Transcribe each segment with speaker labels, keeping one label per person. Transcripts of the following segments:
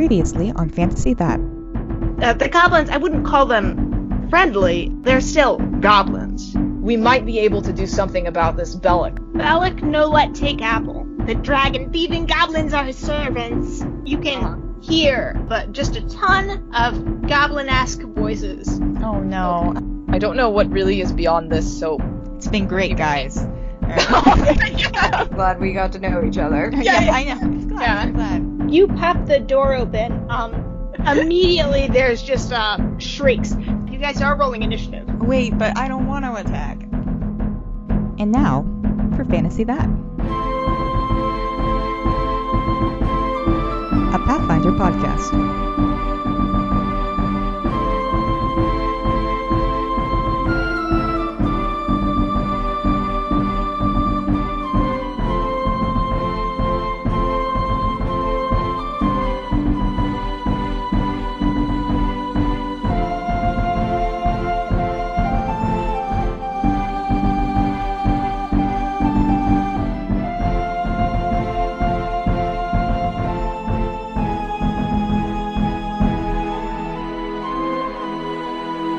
Speaker 1: previously on Fantasy That.
Speaker 2: Uh, the goblins, I wouldn't call them friendly. They're still goblins.
Speaker 3: We might be able to do something about this Belloc.
Speaker 4: Belloc, no let take apple. The dragon thieving goblins are his servants. You
Speaker 2: Uh-huh.
Speaker 4: can hear, but just a ton of goblin-esque voices.
Speaker 1: Oh no.
Speaker 3: I don't know what really is beyond this, so
Speaker 1: It's been great, guys.
Speaker 5: Glad we got to know each other.
Speaker 1: yeah, I know. I'm glad.
Speaker 3: Yeah.
Speaker 1: I'm glad.
Speaker 4: You pop the door open. Um, immediately there's just uh, shrieks. You guys are rolling initiative.
Speaker 1: Wait, but I don't want to attack. And now for Fantasy That. A Pathfinder podcast.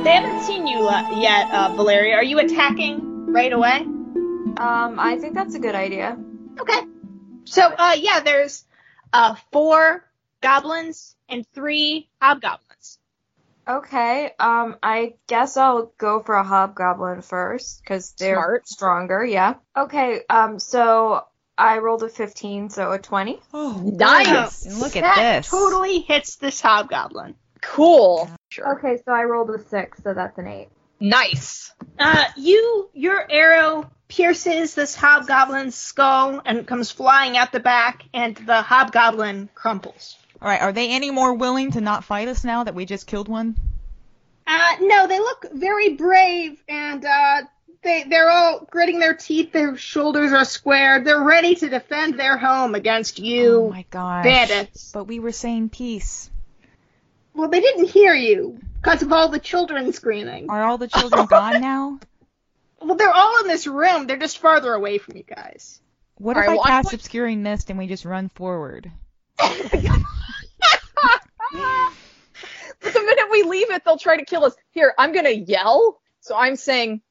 Speaker 4: They haven't seen you uh, yet, uh, Valeria. Are you attacking right away?
Speaker 5: Um, I think that's a good idea.
Speaker 4: Okay. So, uh, yeah, there's uh, four goblins and three hobgoblins.
Speaker 5: Okay. Um, I guess I'll go for a hobgoblin first because they're
Speaker 3: Smart.
Speaker 5: stronger. Yeah. Okay. Um, so I rolled a 15, so a 20.
Speaker 1: Oh,
Speaker 3: nice.
Speaker 1: and look at
Speaker 4: that
Speaker 1: this.
Speaker 4: totally hits this hobgoblin.
Speaker 3: Cool. Sure.
Speaker 5: Okay, so I rolled a six, so that's an eight.
Speaker 3: Nice.
Speaker 4: Uh, you, your arrow pierces this hobgoblin's skull and comes flying out the back, and the hobgoblin crumples.
Speaker 1: All right, are they any more willing to not fight us now that we just killed one?
Speaker 4: Uh, no, they look very brave, and uh, they they're all gritting their teeth. Their shoulders are squared. They're ready to defend their home against
Speaker 1: Oh
Speaker 4: you.
Speaker 1: my gosh.
Speaker 4: bandits.
Speaker 1: But we were saying peace.
Speaker 4: well, they didn't hear you because of all the children screaming.
Speaker 1: Are all the children gone now?
Speaker 4: Well, they're all in this room. They're just farther away from you guys.
Speaker 1: What
Speaker 3: All
Speaker 1: if
Speaker 3: right, well,
Speaker 1: I
Speaker 3: I'm
Speaker 1: cast
Speaker 3: going-
Speaker 1: obscuring mist and we just run forward?
Speaker 3: But the minute we leave it, they'll try to kill us. Here, I'm gonna yell. So I'm saying,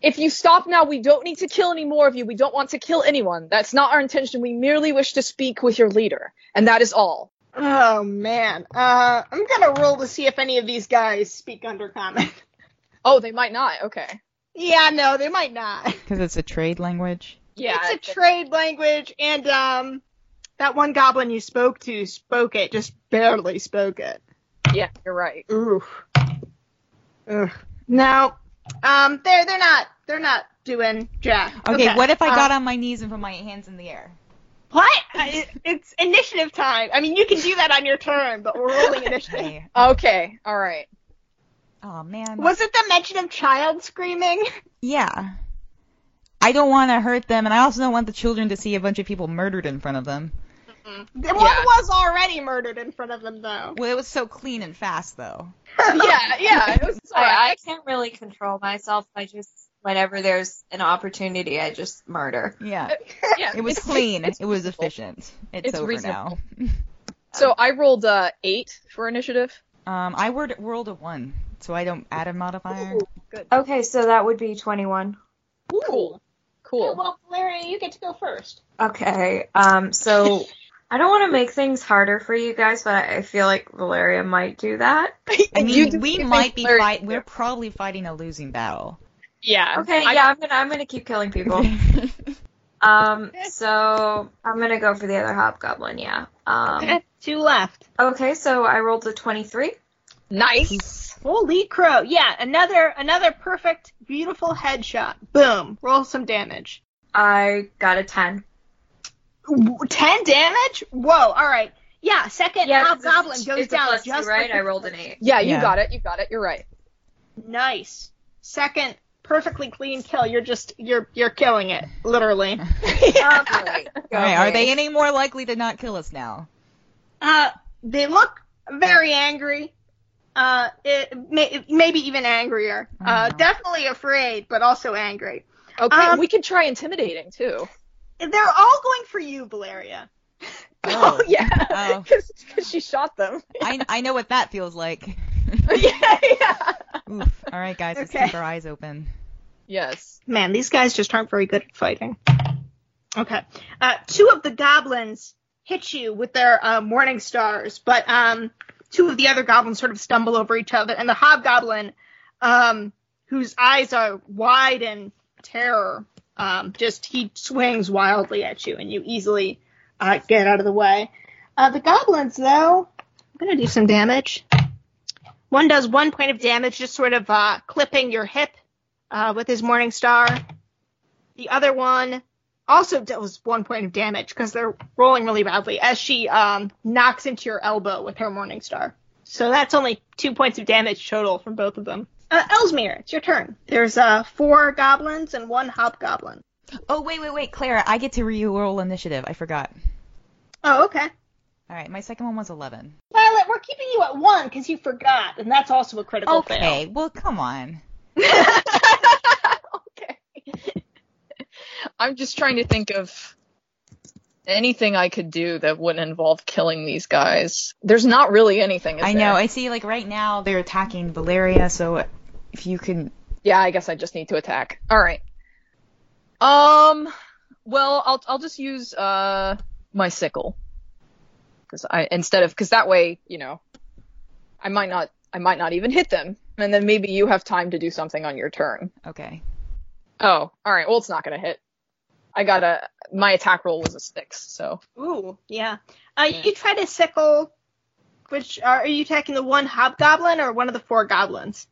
Speaker 3: if you stop now, we don't need to kill any more of you. We don't want to kill anyone. That's not our intention. We merely wish to speak with your leader, and that is all.
Speaker 4: Oh man. Uh, I'm gonna roll to see if any of these guys speak under common.
Speaker 3: Oh, they might not. Okay.
Speaker 4: yeah, no, they might not.
Speaker 1: Because it's a trade language.
Speaker 3: Yeah.
Speaker 4: It's a trade language, and um, that one goblin you spoke to spoke it, just barely spoke it.
Speaker 3: yeah, you're right.
Speaker 4: Ooh. Ugh. No. Um, they're they're not they're not doing jack.
Speaker 1: Okay, what if I got
Speaker 4: uh,
Speaker 1: on my knees and put my hands in the air?
Speaker 4: What? I, it's initiative time. I mean, you can do that on your turn, but we're rolling initiative.
Speaker 1: Hey.
Speaker 3: Okay. All right.
Speaker 1: Oh man.
Speaker 4: Was it the mention of child screaming?
Speaker 1: Yeah. I don't want to hurt them, and I also don't want the children to see a bunch of people murdered in front of them.
Speaker 3: Yeah.
Speaker 4: The One was already murdered in front of them, though.
Speaker 1: Well, it was so clean and fast, though.
Speaker 3: Yeah. Yeah. It was all
Speaker 5: I, I
Speaker 3: right.
Speaker 5: can't really control myself. I just, whenever there's an opportunity, I just murder.
Speaker 1: Yeah.
Speaker 4: uh,
Speaker 3: Yeah.
Speaker 1: It was
Speaker 3: it's-
Speaker 1: clean.
Speaker 3: it's
Speaker 1: It was
Speaker 3: reasonable.
Speaker 1: efficient. Uh, It's,
Speaker 3: It's
Speaker 1: over
Speaker 3: reasonable. So I rolled uh, eight for initiative.
Speaker 1: now. Um, I word, rolled a one, so I don't add a modifier.
Speaker 4: Ooh, good.
Speaker 5: Okay, so that would be 21.
Speaker 3: Oh, Cool. Cool.
Speaker 4: Well, Valeria, you get to go first.
Speaker 5: Okay, um, so I don't want to make things harder for you guys, but I I feel like Valeria might do that.
Speaker 1: I
Speaker 3: You
Speaker 1: mean,
Speaker 3: did
Speaker 1: we
Speaker 3: something
Speaker 1: might be
Speaker 3: very
Speaker 1: fight.
Speaker 3: clear.
Speaker 1: We're probably fighting a losing battle.
Speaker 3: Yeah.
Speaker 5: Okay,
Speaker 3: I-
Speaker 5: yeah, I'm gonna, I'm gonna keep killing people. Um, so I'm gonna go for the other hobgoblin, yeah. Um,
Speaker 4: Two left.
Speaker 5: okay, so I rolled a 23.
Speaker 3: Nice.
Speaker 4: Holy crow! Yeah, another another perfect, beautiful headshot. Boom! Roll some damage.
Speaker 5: I got a 10.
Speaker 4: Ooh, Ten damage? Whoa! All right. Yeah, second
Speaker 5: Yeah, 'cause
Speaker 4: hobgoblin
Speaker 5: it's,
Speaker 4: goes
Speaker 5: it's a
Speaker 4: down.
Speaker 5: plus two,
Speaker 4: just
Speaker 5: right?
Speaker 4: like
Speaker 5: I
Speaker 4: the
Speaker 5: rolled an
Speaker 4: first.
Speaker 5: eight.
Speaker 3: Yeah, you
Speaker 1: Yeah.
Speaker 3: got it. You got it. You're right.
Speaker 4: Nice. Second, perfectly clean kill. You're just you're you're killing it, literally.
Speaker 5: Um, great.
Speaker 1: All right, are
Speaker 5: Okay.
Speaker 1: they any more likely to not kill us now?
Speaker 4: uh, they look very angry. Uh, it, may, maybe even angrier. Uh,
Speaker 1: Mhm.
Speaker 4: definitely afraid, but also angry.
Speaker 3: Okay,
Speaker 4: Um,
Speaker 3: we could try intimidating too.
Speaker 4: They're all going for you, Valeria.
Speaker 1: Oh.
Speaker 6: yeah,
Speaker 1: Oh.
Speaker 6: because she shot them.
Speaker 1: I, I know what that feels like.
Speaker 6: yeah, yeah.
Speaker 1: Oof. All right, guys, let's
Speaker 4: Okay.
Speaker 1: keep our eyes open.
Speaker 6: Yes.
Speaker 4: Man, these guys just aren't very good at fighting. Okay. Uh, two of the goblins hit you with their uh, morning stars, but um, two of the other goblins sort of stumble over each other, and the hobgoblin, um, whose eyes are wide in terror, um, just he swings wildly at you, and you easily uh, get out of the way. Uh, the goblins, though, I'm gonna do some damage. One does one point of damage, just sort of uh, clipping your hip uh, with his Morning Star. The other one also does one point of damage because they're rolling really badly as she um, knocks into your elbow with her Morning Star. So that's only two points of damage total from both of them. Uh, Elsmere, it's your turn. There's uh, four goblins and one hobgoblin.
Speaker 1: Oh, wait, wait, wait, Clara, I get to re-roll initiative. I forgot.
Speaker 4: Oh, okay.
Speaker 1: All right, my second one was 11.
Speaker 4: Violet, we're keeping you at one because you forgot, and that's also a critical Oh, fail.
Speaker 1: Okay, well, come on.
Speaker 6: okay. I'm just trying to think of anything I could do that wouldn't involve killing these guys. There's not really anything. is
Speaker 1: I know.
Speaker 6: there?
Speaker 1: I see, like, right now they're attacking Valeria, so if you can.
Speaker 6: Yeah, I guess I just need to attack. All right. Um. Well, I'll I'll just use uh my sickle because I instead of because that way you know I might not I might not even hit them and then maybe you have time to do something on your turn.
Speaker 1: Okay.
Speaker 6: Oh, all right. Well, it's not gonna hit. I got a my attack roll was a six, so
Speaker 4: Ooh, yeah. Uh, You try to sickle. Which uh, are, are you attacking the one hobgoblin or one of the four goblins?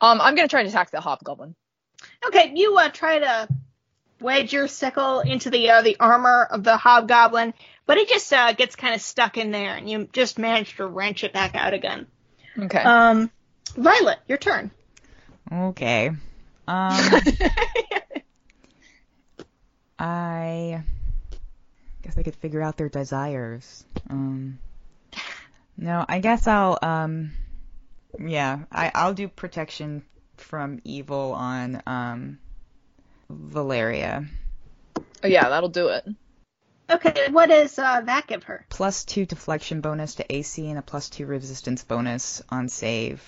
Speaker 6: um I'm gonna try to attack the hobgoblin.
Speaker 4: Okay, you uh, try to wedge your sickle into the uh, the armor of the hobgoblin, but it just uh, gets kind of stuck in there, and you just manage to wrench it back out again.
Speaker 6: Okay.
Speaker 4: Um, Violet, your turn.
Speaker 1: Okay. Um. I guess I could figure out their desires. Um, no, I guess I'll. Um, yeah, I, I'll do protection from evil on um, Valeria.
Speaker 6: oh, yeah, that'll do it.
Speaker 4: Okay, what does uh, that give her?
Speaker 1: Plus two deflection bonus to AC and a plus two resistance bonus on save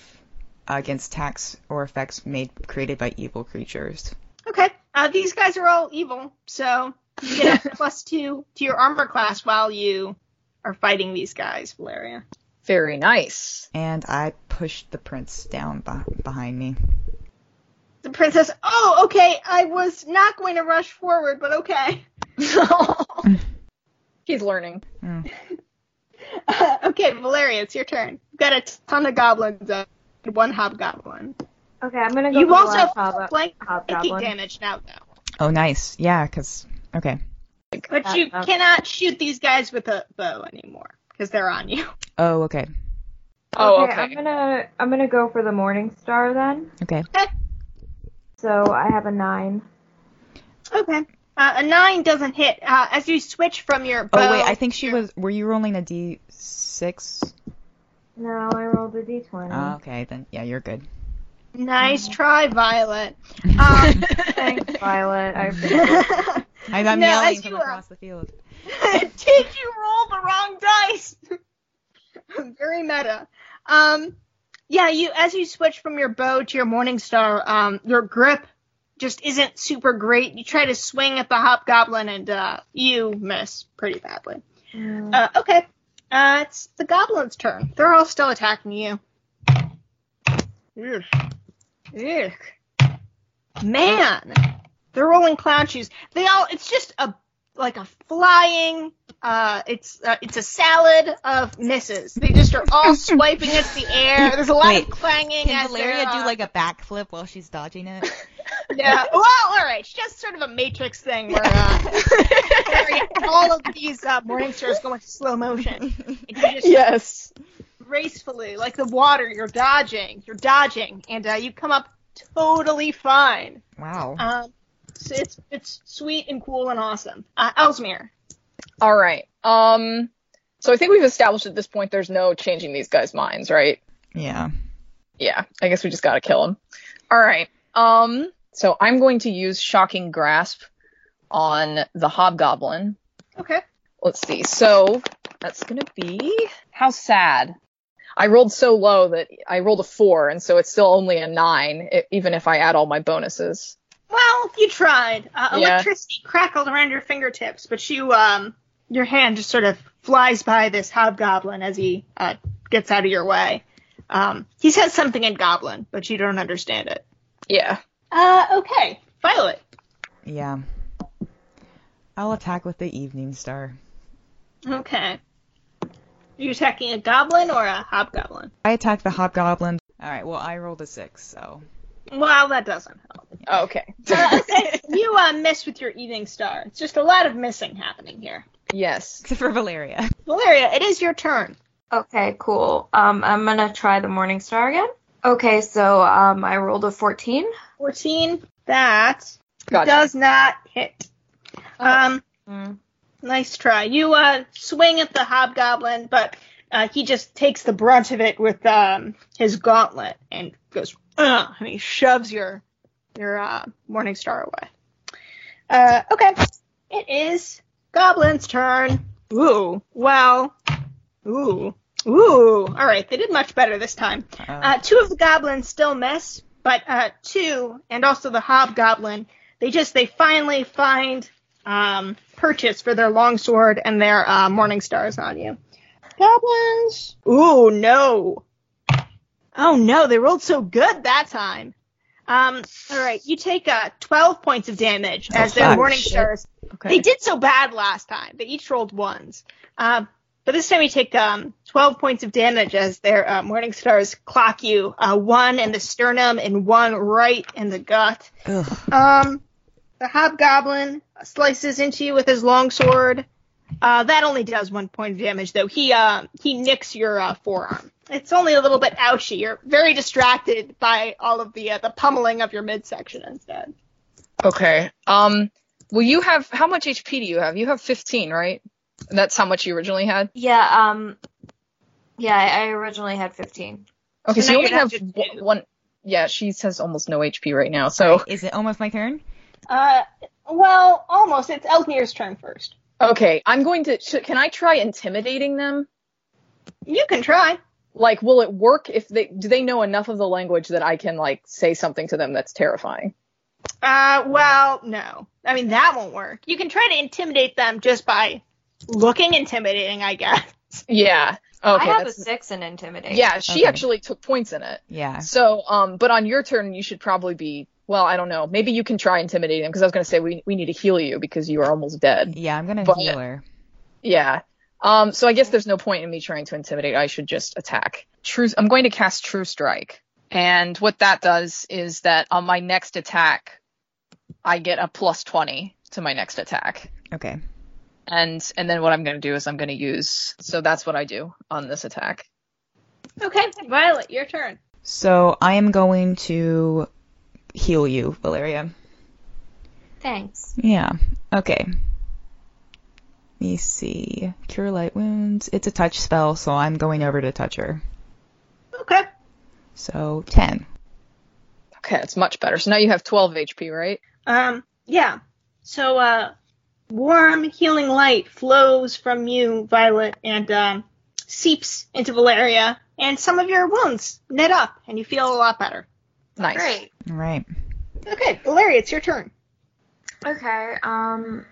Speaker 1: against attacks or effects made created by evil creatures.
Speaker 4: Okay, uh, these guys are all evil, so you get a plus two to your armor class while you are fighting these guys, Valeria.
Speaker 6: Very nice.
Speaker 1: And I pushed the prince down beh behind me.
Speaker 4: The princess. Oh, okay. I was not going to rush forward, but okay.
Speaker 6: He's learning.
Speaker 4: okay, Valeria, it's your turn. You've got a ton of goblins uh, and one hobgoblin.
Speaker 5: Okay, I'm gonna go.
Speaker 4: You
Speaker 5: for the
Speaker 4: also
Speaker 5: last hob-
Speaker 4: flank taking
Speaker 5: hobgoblin.
Speaker 4: damage now, though.
Speaker 1: Oh, nice. Yeah, 'cause okay.
Speaker 4: But you
Speaker 5: Uh, uh.
Speaker 4: cannot shoot these guys with a bow anymore because they're on you.
Speaker 1: Oh, okay.
Speaker 6: Oh,
Speaker 5: I'm
Speaker 6: okay.
Speaker 5: gonna I'm gonna go for the Morning Star then.
Speaker 1: Okay.
Speaker 5: So I have a nine.
Speaker 4: Okay. Uh, a nine doesn't hit. Uh, as you switch from your bow.
Speaker 1: Oh wait, I think she was. Were you rolling a d6?
Speaker 5: No, I rolled a d20.
Speaker 6: Uh.
Speaker 1: Ah, okay, then yeah, you're good.
Speaker 4: Nice
Speaker 1: Mm.
Speaker 4: try, Violet. Uh,
Speaker 5: Thanks, Violet. I appreciate
Speaker 4: Did
Speaker 1: I, I'm
Speaker 4: No,
Speaker 1: yelling
Speaker 4: as
Speaker 1: from
Speaker 4: you, uh,
Speaker 1: across the field.
Speaker 4: you roll the wrong dice? Very meta. Um, yeah, you as you switch from your bow to your morning star, um, your grip just isn't super great. You try to swing at the hobgoblin and uh, you miss pretty badly.
Speaker 5: Mm.
Speaker 4: Uh, okay, uh, it's the goblin's turn. They're all still attacking you. Ugh. Ugh. Man, they're rolling clown shoes. They all. It's just a like a flying. Uh, it's uh, it's a salad of misses. They just are all swiping at the air. There's a lot
Speaker 1: Wait,
Speaker 4: of clanging.
Speaker 1: Can
Speaker 4: as
Speaker 1: Valeria
Speaker 4: they're, uh,
Speaker 1: do like a backflip while she's dodging it?
Speaker 4: yeah. Well, all right. It's just sort of a Matrix thing where uh, Valeria, all of these uh, morning stars go into slow motion. And you just
Speaker 6: Yes.
Speaker 4: gracefully, like the water, you're dodging, you're dodging, and uh, you come up totally fine.
Speaker 1: Wow.
Speaker 4: Um, so it's it's sweet and cool and awesome. Uh, Elsmere.
Speaker 6: All right. Um. So I think we've established at this point there's no changing these guys' minds, right?
Speaker 1: Yeah.
Speaker 6: Yeah. I guess we just gotta kill them. All right. Um. So I'm going to use shocking grasp on the hobgoblin.
Speaker 4: Okay.
Speaker 6: Let's see. So that's gonna be how sad. I rolled so low that I rolled a four, and so it's still only a nine, e- even if I add all my bonuses.
Speaker 4: Well, you tried. Uh,
Speaker 6: Yeah.
Speaker 4: electricity crackled around your fingertips, but you, um, your hand just sort of flies by this hobgoblin as he uh, gets out of your way. Um, he says something in goblin, but you don't understand it.
Speaker 6: Yeah.
Speaker 4: Uh, okay, Violet.
Speaker 1: Yeah. I'll attack with the Evening Star.
Speaker 4: Okay. Are you attacking a goblin or a hobgoblin?
Speaker 1: I attack the Hobgoblin. Alright, well, I rolled a six, so.
Speaker 4: Well, that doesn't help.
Speaker 6: oh, okay.
Speaker 4: Uh, okay, you uh, miss with your evening star. It's just a lot of missing happening here.
Speaker 6: yes.
Speaker 1: Except for Valeria.
Speaker 4: Valeria, it is your turn.
Speaker 5: Okay, cool. Um, I'm gonna try the Morning Star again. Okay, so um, I rolled a 14.
Speaker 4: 14. That
Speaker 6: Gotcha.
Speaker 4: does not hit. Um,
Speaker 5: Mm.
Speaker 4: nice try. You uh, swing at the hobgoblin, but uh, he just takes the brunt of it with um, his gauntlet and goes, Ugh, and he shoves your your uh, morning star away. Uh, okay, it is Goblin's turn. Ooh, well, ooh, ooh. All right, they did much better this time.
Speaker 1: Uh,
Speaker 4: Uh, two of the goblins still miss, but uh, two and also the hobgoblin, they just they finally find um, purchase for their longsword and their uh, morning stars on you. Goblins. Ooh no. Oh no, they rolled so good that time. Um, all right, you take uh, 12 points of damage as their
Speaker 1: Oh, fuck.
Speaker 4: morning
Speaker 1: Shit.
Speaker 4: stars
Speaker 1: okay.
Speaker 4: they did so bad last time. They each rolled ones. Uh, but this time you take um, 12 points of damage as their uh, morning stars clock you uh, one in the sternum and one right in the gut.
Speaker 1: Ugh.
Speaker 4: Um, the hobgoblin slices into you with his longsword. Uh, that only does one point of damage, though. He uh, he nicks your uh, forearm. It's only a little bit ouchy. You're very distracted by all of the uh, the pummeling of your midsection instead.
Speaker 6: Okay. Um. Well, you have how much HP do you have? You have 15, right? That's how much you originally had.
Speaker 5: Yeah. Um. Yeah, I, I originally had 15.
Speaker 6: Okay,
Speaker 4: So now
Speaker 6: so you only
Speaker 4: you're down
Speaker 6: have
Speaker 4: to
Speaker 6: w-
Speaker 4: two.
Speaker 6: one. Yeah, she has almost no HP right now. So
Speaker 1: Is it almost my turn?
Speaker 4: Uh, well, almost. It's Elknir's turn first.
Speaker 6: okay, I'm going to. Sh- can I try intimidating them?
Speaker 4: You can try.
Speaker 6: Like, will it work if they do they know enough of the language that I can like say something to them that's terrifying?
Speaker 4: Uh, well, no. I mean, that won't work. You can try to intimidate them just by looking intimidating, I guess.
Speaker 6: Yeah. Okay.
Speaker 5: I have a
Speaker 6: that's-
Speaker 5: six in intimidation.
Speaker 6: yeah, she
Speaker 1: Okay.
Speaker 6: actually took points in it.
Speaker 1: Yeah.
Speaker 6: So, um, but on your turn, you should probably be. Well, I don't know. Maybe you can try intimidating them because I was going to say we we need to heal you because you are almost dead.
Speaker 1: Yeah, I'm gonna
Speaker 6: But-
Speaker 1: heal her.
Speaker 6: Yeah. Um, so I guess there's no point in me trying to intimidate. I should just attack. True. I'm going to cast True Strike, and what that does is that on my next attack, I get a plus twenty to my next attack,
Speaker 1: Okay.
Speaker 6: and and then what I'm going to do is I'm going to use. So that's what I do on this attack.
Speaker 4: Okay, Violet, your turn.
Speaker 1: So I am going to heal you, Valeria.
Speaker 5: Thanks.
Speaker 1: Yeah. Okay. Let me see. Cure light wounds. It's a touch spell, so I'm going over to touch her.
Speaker 4: Okay.
Speaker 1: So ten.
Speaker 6: Okay, it's much better. So now you have 12 HP, right?
Speaker 4: Um, yeah. So, uh, warm healing light flows from you, Violet, and um, seeps into Valeria, and some of your wounds knit up, and you feel a lot better.
Speaker 6: Nice.
Speaker 5: Great.
Speaker 1: All right.
Speaker 4: Okay, Valeria, it's your turn.
Speaker 5: Okay. Um.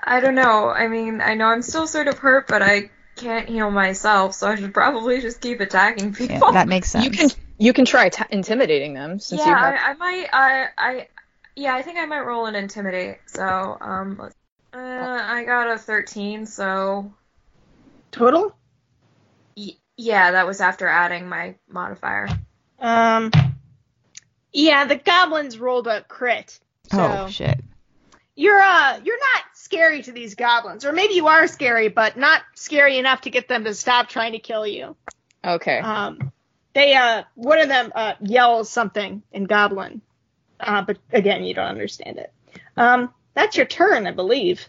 Speaker 5: I don't know. I mean, I know I'm still sort of hurt, but I can't heal myself, so I should probably just keep attacking people.
Speaker 1: Yeah, that makes sense.
Speaker 6: You can you can try ta- intimidating them since
Speaker 5: yeah,
Speaker 6: you have.
Speaker 5: I, I might. I, I, yeah, I think I might roll an intimidate. So, um, let's- uh, I got a thirteen. So,
Speaker 4: Total?
Speaker 5: y- yeah, that was after adding my modifier.
Speaker 4: Um, yeah, the goblins rolled a crit. So.
Speaker 1: Oh shit.
Speaker 4: you're uh you're not scary to these goblins or maybe you are scary but not scary enough to get them to stop trying to kill you
Speaker 6: Okay.
Speaker 4: um they uh one of them uh yells something in goblin uh but again you don't understand it um that's your turn i believe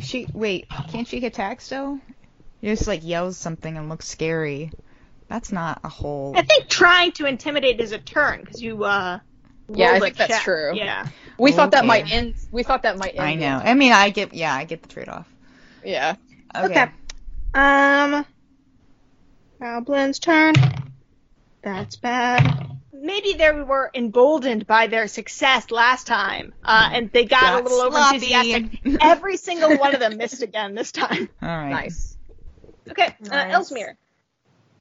Speaker 1: She wait. Can't she attack still? You just like yells something and looks scary. That's not a whole.
Speaker 4: i think trying to intimidate is a turn because you uh
Speaker 6: Yeah, I
Speaker 4: rolled a
Speaker 6: think that's
Speaker 4: check.
Speaker 6: true.
Speaker 4: yeah
Speaker 6: We thought that
Speaker 1: Okay.
Speaker 6: might end. We thought that might end.
Speaker 1: I know. I mean, I get. Yeah, I get the trade off.
Speaker 3: Yeah.
Speaker 1: Okay.
Speaker 4: Um, Goblin's turn. That's bad. Maybe they were emboldened by their success last time, uh, and they got, a little over enthusiastic. Every single one of them missed again this time.
Speaker 1: All right.
Speaker 3: Nice.
Speaker 4: Okay,
Speaker 5: Nice.
Speaker 4: uh, Elsmere.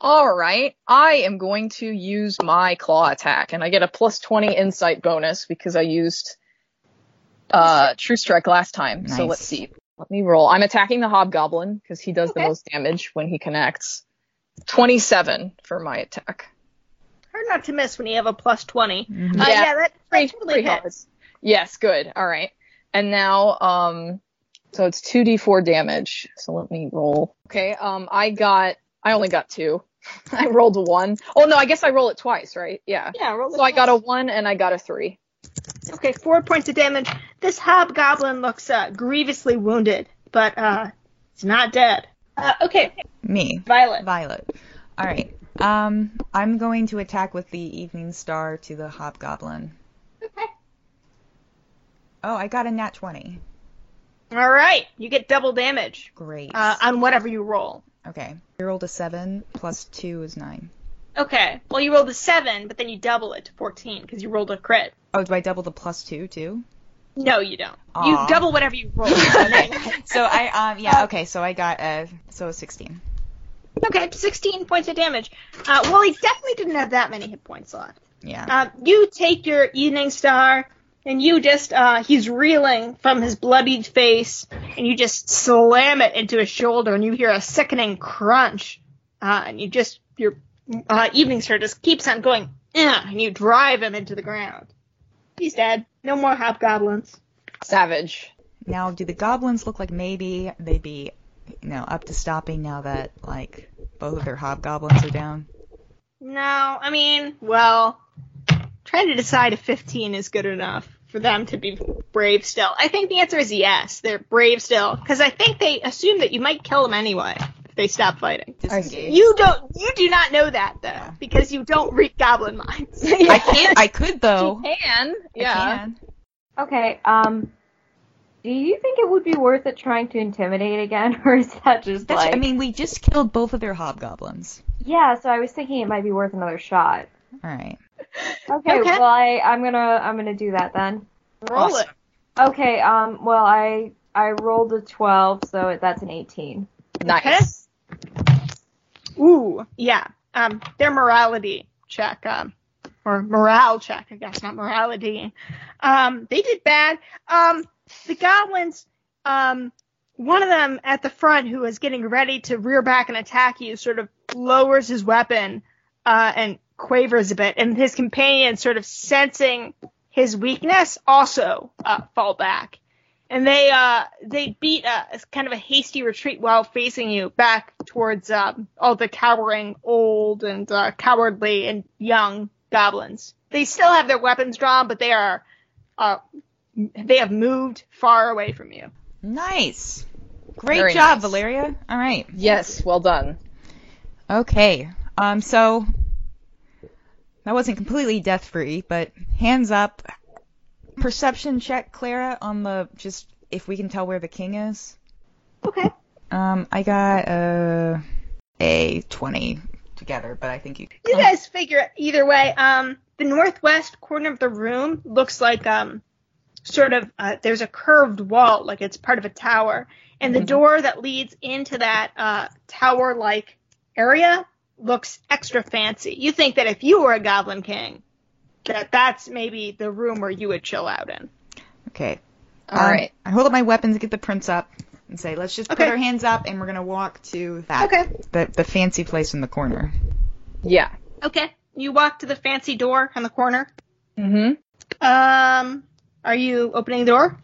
Speaker 3: All right. I am going to use my claw attack, and I get a plus 20 insight bonus because I used uh, True Strike last time. So
Speaker 1: Nice.
Speaker 3: let's see. Let me roll. I'm attacking the Hobgoblin because he does
Speaker 4: Okay.
Speaker 3: the most damage when he connects. 27 for my attack.
Speaker 4: Hard not to miss when you have a plus 20.
Speaker 1: Mhm.
Speaker 4: Uh,
Speaker 3: Yeah.
Speaker 4: yeah, that,
Speaker 3: Free-
Speaker 4: that totally
Speaker 3: free hit.
Speaker 4: hits.
Speaker 3: Yes, good. All right. And now, um, so it's 2d4 damage. So let me roll. Okay, um, I got, I only got two. I rolled a one. Oh no, I guess I roll it twice, right? Yeah.
Speaker 4: Yeah, roll
Speaker 3: So I got a one and I got a three.
Speaker 4: Okay, four points of damage. This hobgoblin looks uh, grievously wounded, but uh, it's not dead. Uh, okay,
Speaker 1: Me.
Speaker 4: Violet.
Speaker 1: Violet. All right. Um, I'm going to attack with the Evening Star to the Hobgoblin.
Speaker 4: Okay.
Speaker 1: Oh, I got a nat 20.
Speaker 4: All right, you get double damage
Speaker 1: Great.
Speaker 4: uh, on whatever you roll.
Speaker 1: okay. I rolled a 7 plus 2 is 9.
Speaker 4: Okay, well you rolled a seven, but then you double it to fourteen because you rolled a crit.
Speaker 1: Oh, do I double the plus 2 too?
Speaker 4: No, you don't.
Speaker 1: Aw.
Speaker 4: You double whatever you roll. okay,
Speaker 1: So I um yeah, okay, so I got a so a 16.
Speaker 4: Okay, sixteen points of damage. Uh, well, he definitely didn't have that many hit points left.
Speaker 1: Yeah.
Speaker 4: Uh, you take your evening star, and you just, uh, he's reeling from his bloodied face, and you just slam it into his shoulder, and you hear a sickening crunch. Uh, and you just, your uh, evening star just keeps on going, "Eh," and you drive him into the ground. He's dead. No more hobgoblins.
Speaker 3: Savage.
Speaker 1: Now, do the goblins look like maybe they'd be, you know, up to stopping now that like both of their hobgoblins are down?
Speaker 4: No, I mean, well, trying to decide if 15 is good enough for them to be brave still. I think the answer is yes. They're brave still because I think they assume that you might kill them anyway if they stop fighting.
Speaker 3: I see.
Speaker 1: Disengage.
Speaker 4: You don't. You do not know that though because you don't read goblin minds.
Speaker 1: I can't. I could though.
Speaker 3: Oh. Can.
Speaker 1: I
Speaker 3: Yeah.
Speaker 1: can.
Speaker 5: Okay, um, do you think it would be worth it trying to intimidate again, or is that just
Speaker 1: That's,
Speaker 5: like?
Speaker 1: I mean, we just killed both of their hobgoblins.
Speaker 5: yeah. So I was thinking it might be worth another shot.
Speaker 1: All right.
Speaker 5: Okay,
Speaker 4: Okay.
Speaker 5: well I I'm gonna I'm gonna do that then.
Speaker 4: Roll it.
Speaker 5: Okay, um, well I I rolled a twelve, so that's an eighteen.
Speaker 3: Nice.
Speaker 4: Ooh, yeah. Um, their morality check, um, or morale check, I guess, not morality. Um, they did bad. Um, the goblins, um, one of them at the front who is getting ready to rear back and attack you sort of lowers his weapon, uh, and quavers a bit, and his companions sort of sensing his weakness also, uh, fall back. And they, uh, they beat a kind of a hasty retreat while facing you back towards um, all the cowering old and uh, cowardly and young goblins. They still have their weapons drawn, but they are uh, they have moved far away from you.
Speaker 1: Nice. Great
Speaker 3: Very
Speaker 1: job,
Speaker 3: nice.
Speaker 1: Valeria. All right.
Speaker 3: Yes. Well done.
Speaker 1: Okay. Um. So that wasn't completely death free, but hands up. Perception check, Clara, on the just if we can tell where the king is.
Speaker 4: Okay.
Speaker 1: Um, I got uh, a 20 together, but I think you.
Speaker 4: You guys figure either way. Um, the northwest corner of the room looks like um, sort of uh, there's a curved wall, like it's part of a tower, and the door that leads into that uh, tower-like area looks extra fancy. You think that if you were a goblin king, that that's maybe the room where you would chill out in.
Speaker 1: Okay.
Speaker 3: All
Speaker 1: um,
Speaker 3: right.
Speaker 1: I hold up my weapons, get the prints up, and say, let's just
Speaker 4: Okay.
Speaker 1: put our hands up, and we're gonna walk to that.
Speaker 4: Okay.
Speaker 1: The the fancy place in the corner.
Speaker 3: Yeah.
Speaker 4: Okay. You walk to the fancy door on the corner.
Speaker 3: Mhm.
Speaker 4: Um, are you opening the door?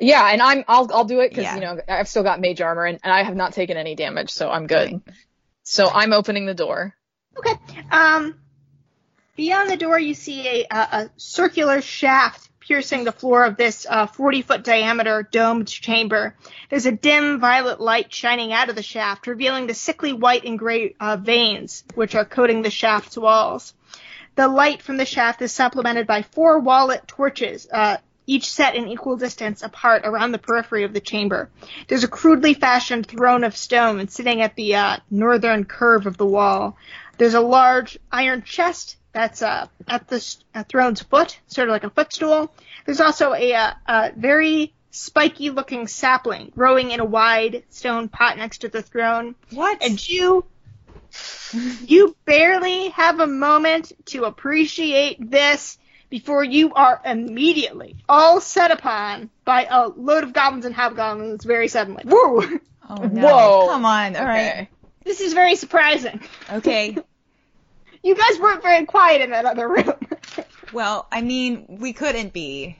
Speaker 3: Yeah, and I'm I'll I'll do it because
Speaker 1: Yeah.
Speaker 3: you know I've still got mage armor and, and I have not taken any damage, so I'm good. So I'm opening the door.
Speaker 4: Okay. Um, beyond the door, you see a, a, a circular shaft piercing the floor of this uh, 40 foot diameter domed chamber. There's a dim violet light shining out of the shaft, revealing the sickly white and gray uh, veins which are coating the shaft's walls. The light from the shaft is supplemented by four wallet torches, uh, each set an equal distance apart around the periphery of the chamber. There's a crudely fashioned throne of stone sitting at the uh, northern curve of the wall. There's a large iron chest that's uh, at the s- uh, throne's foot, sort of like a footstool. There's also a, uh, a very spiky looking sapling growing in a wide stone pot next to the throne.
Speaker 1: What?
Speaker 4: And you you barely have a moment to appreciate this before you are immediately all set upon by a load of goblins and hobgoblins very suddenly. Woo!
Speaker 1: Oh, no.
Speaker 3: Whoa.
Speaker 1: Come on. All right.
Speaker 3: Okay.
Speaker 4: This is very surprising.
Speaker 1: Okay.
Speaker 4: You guys weren't very quiet in that other room.
Speaker 1: Well, I mean, we couldn't be.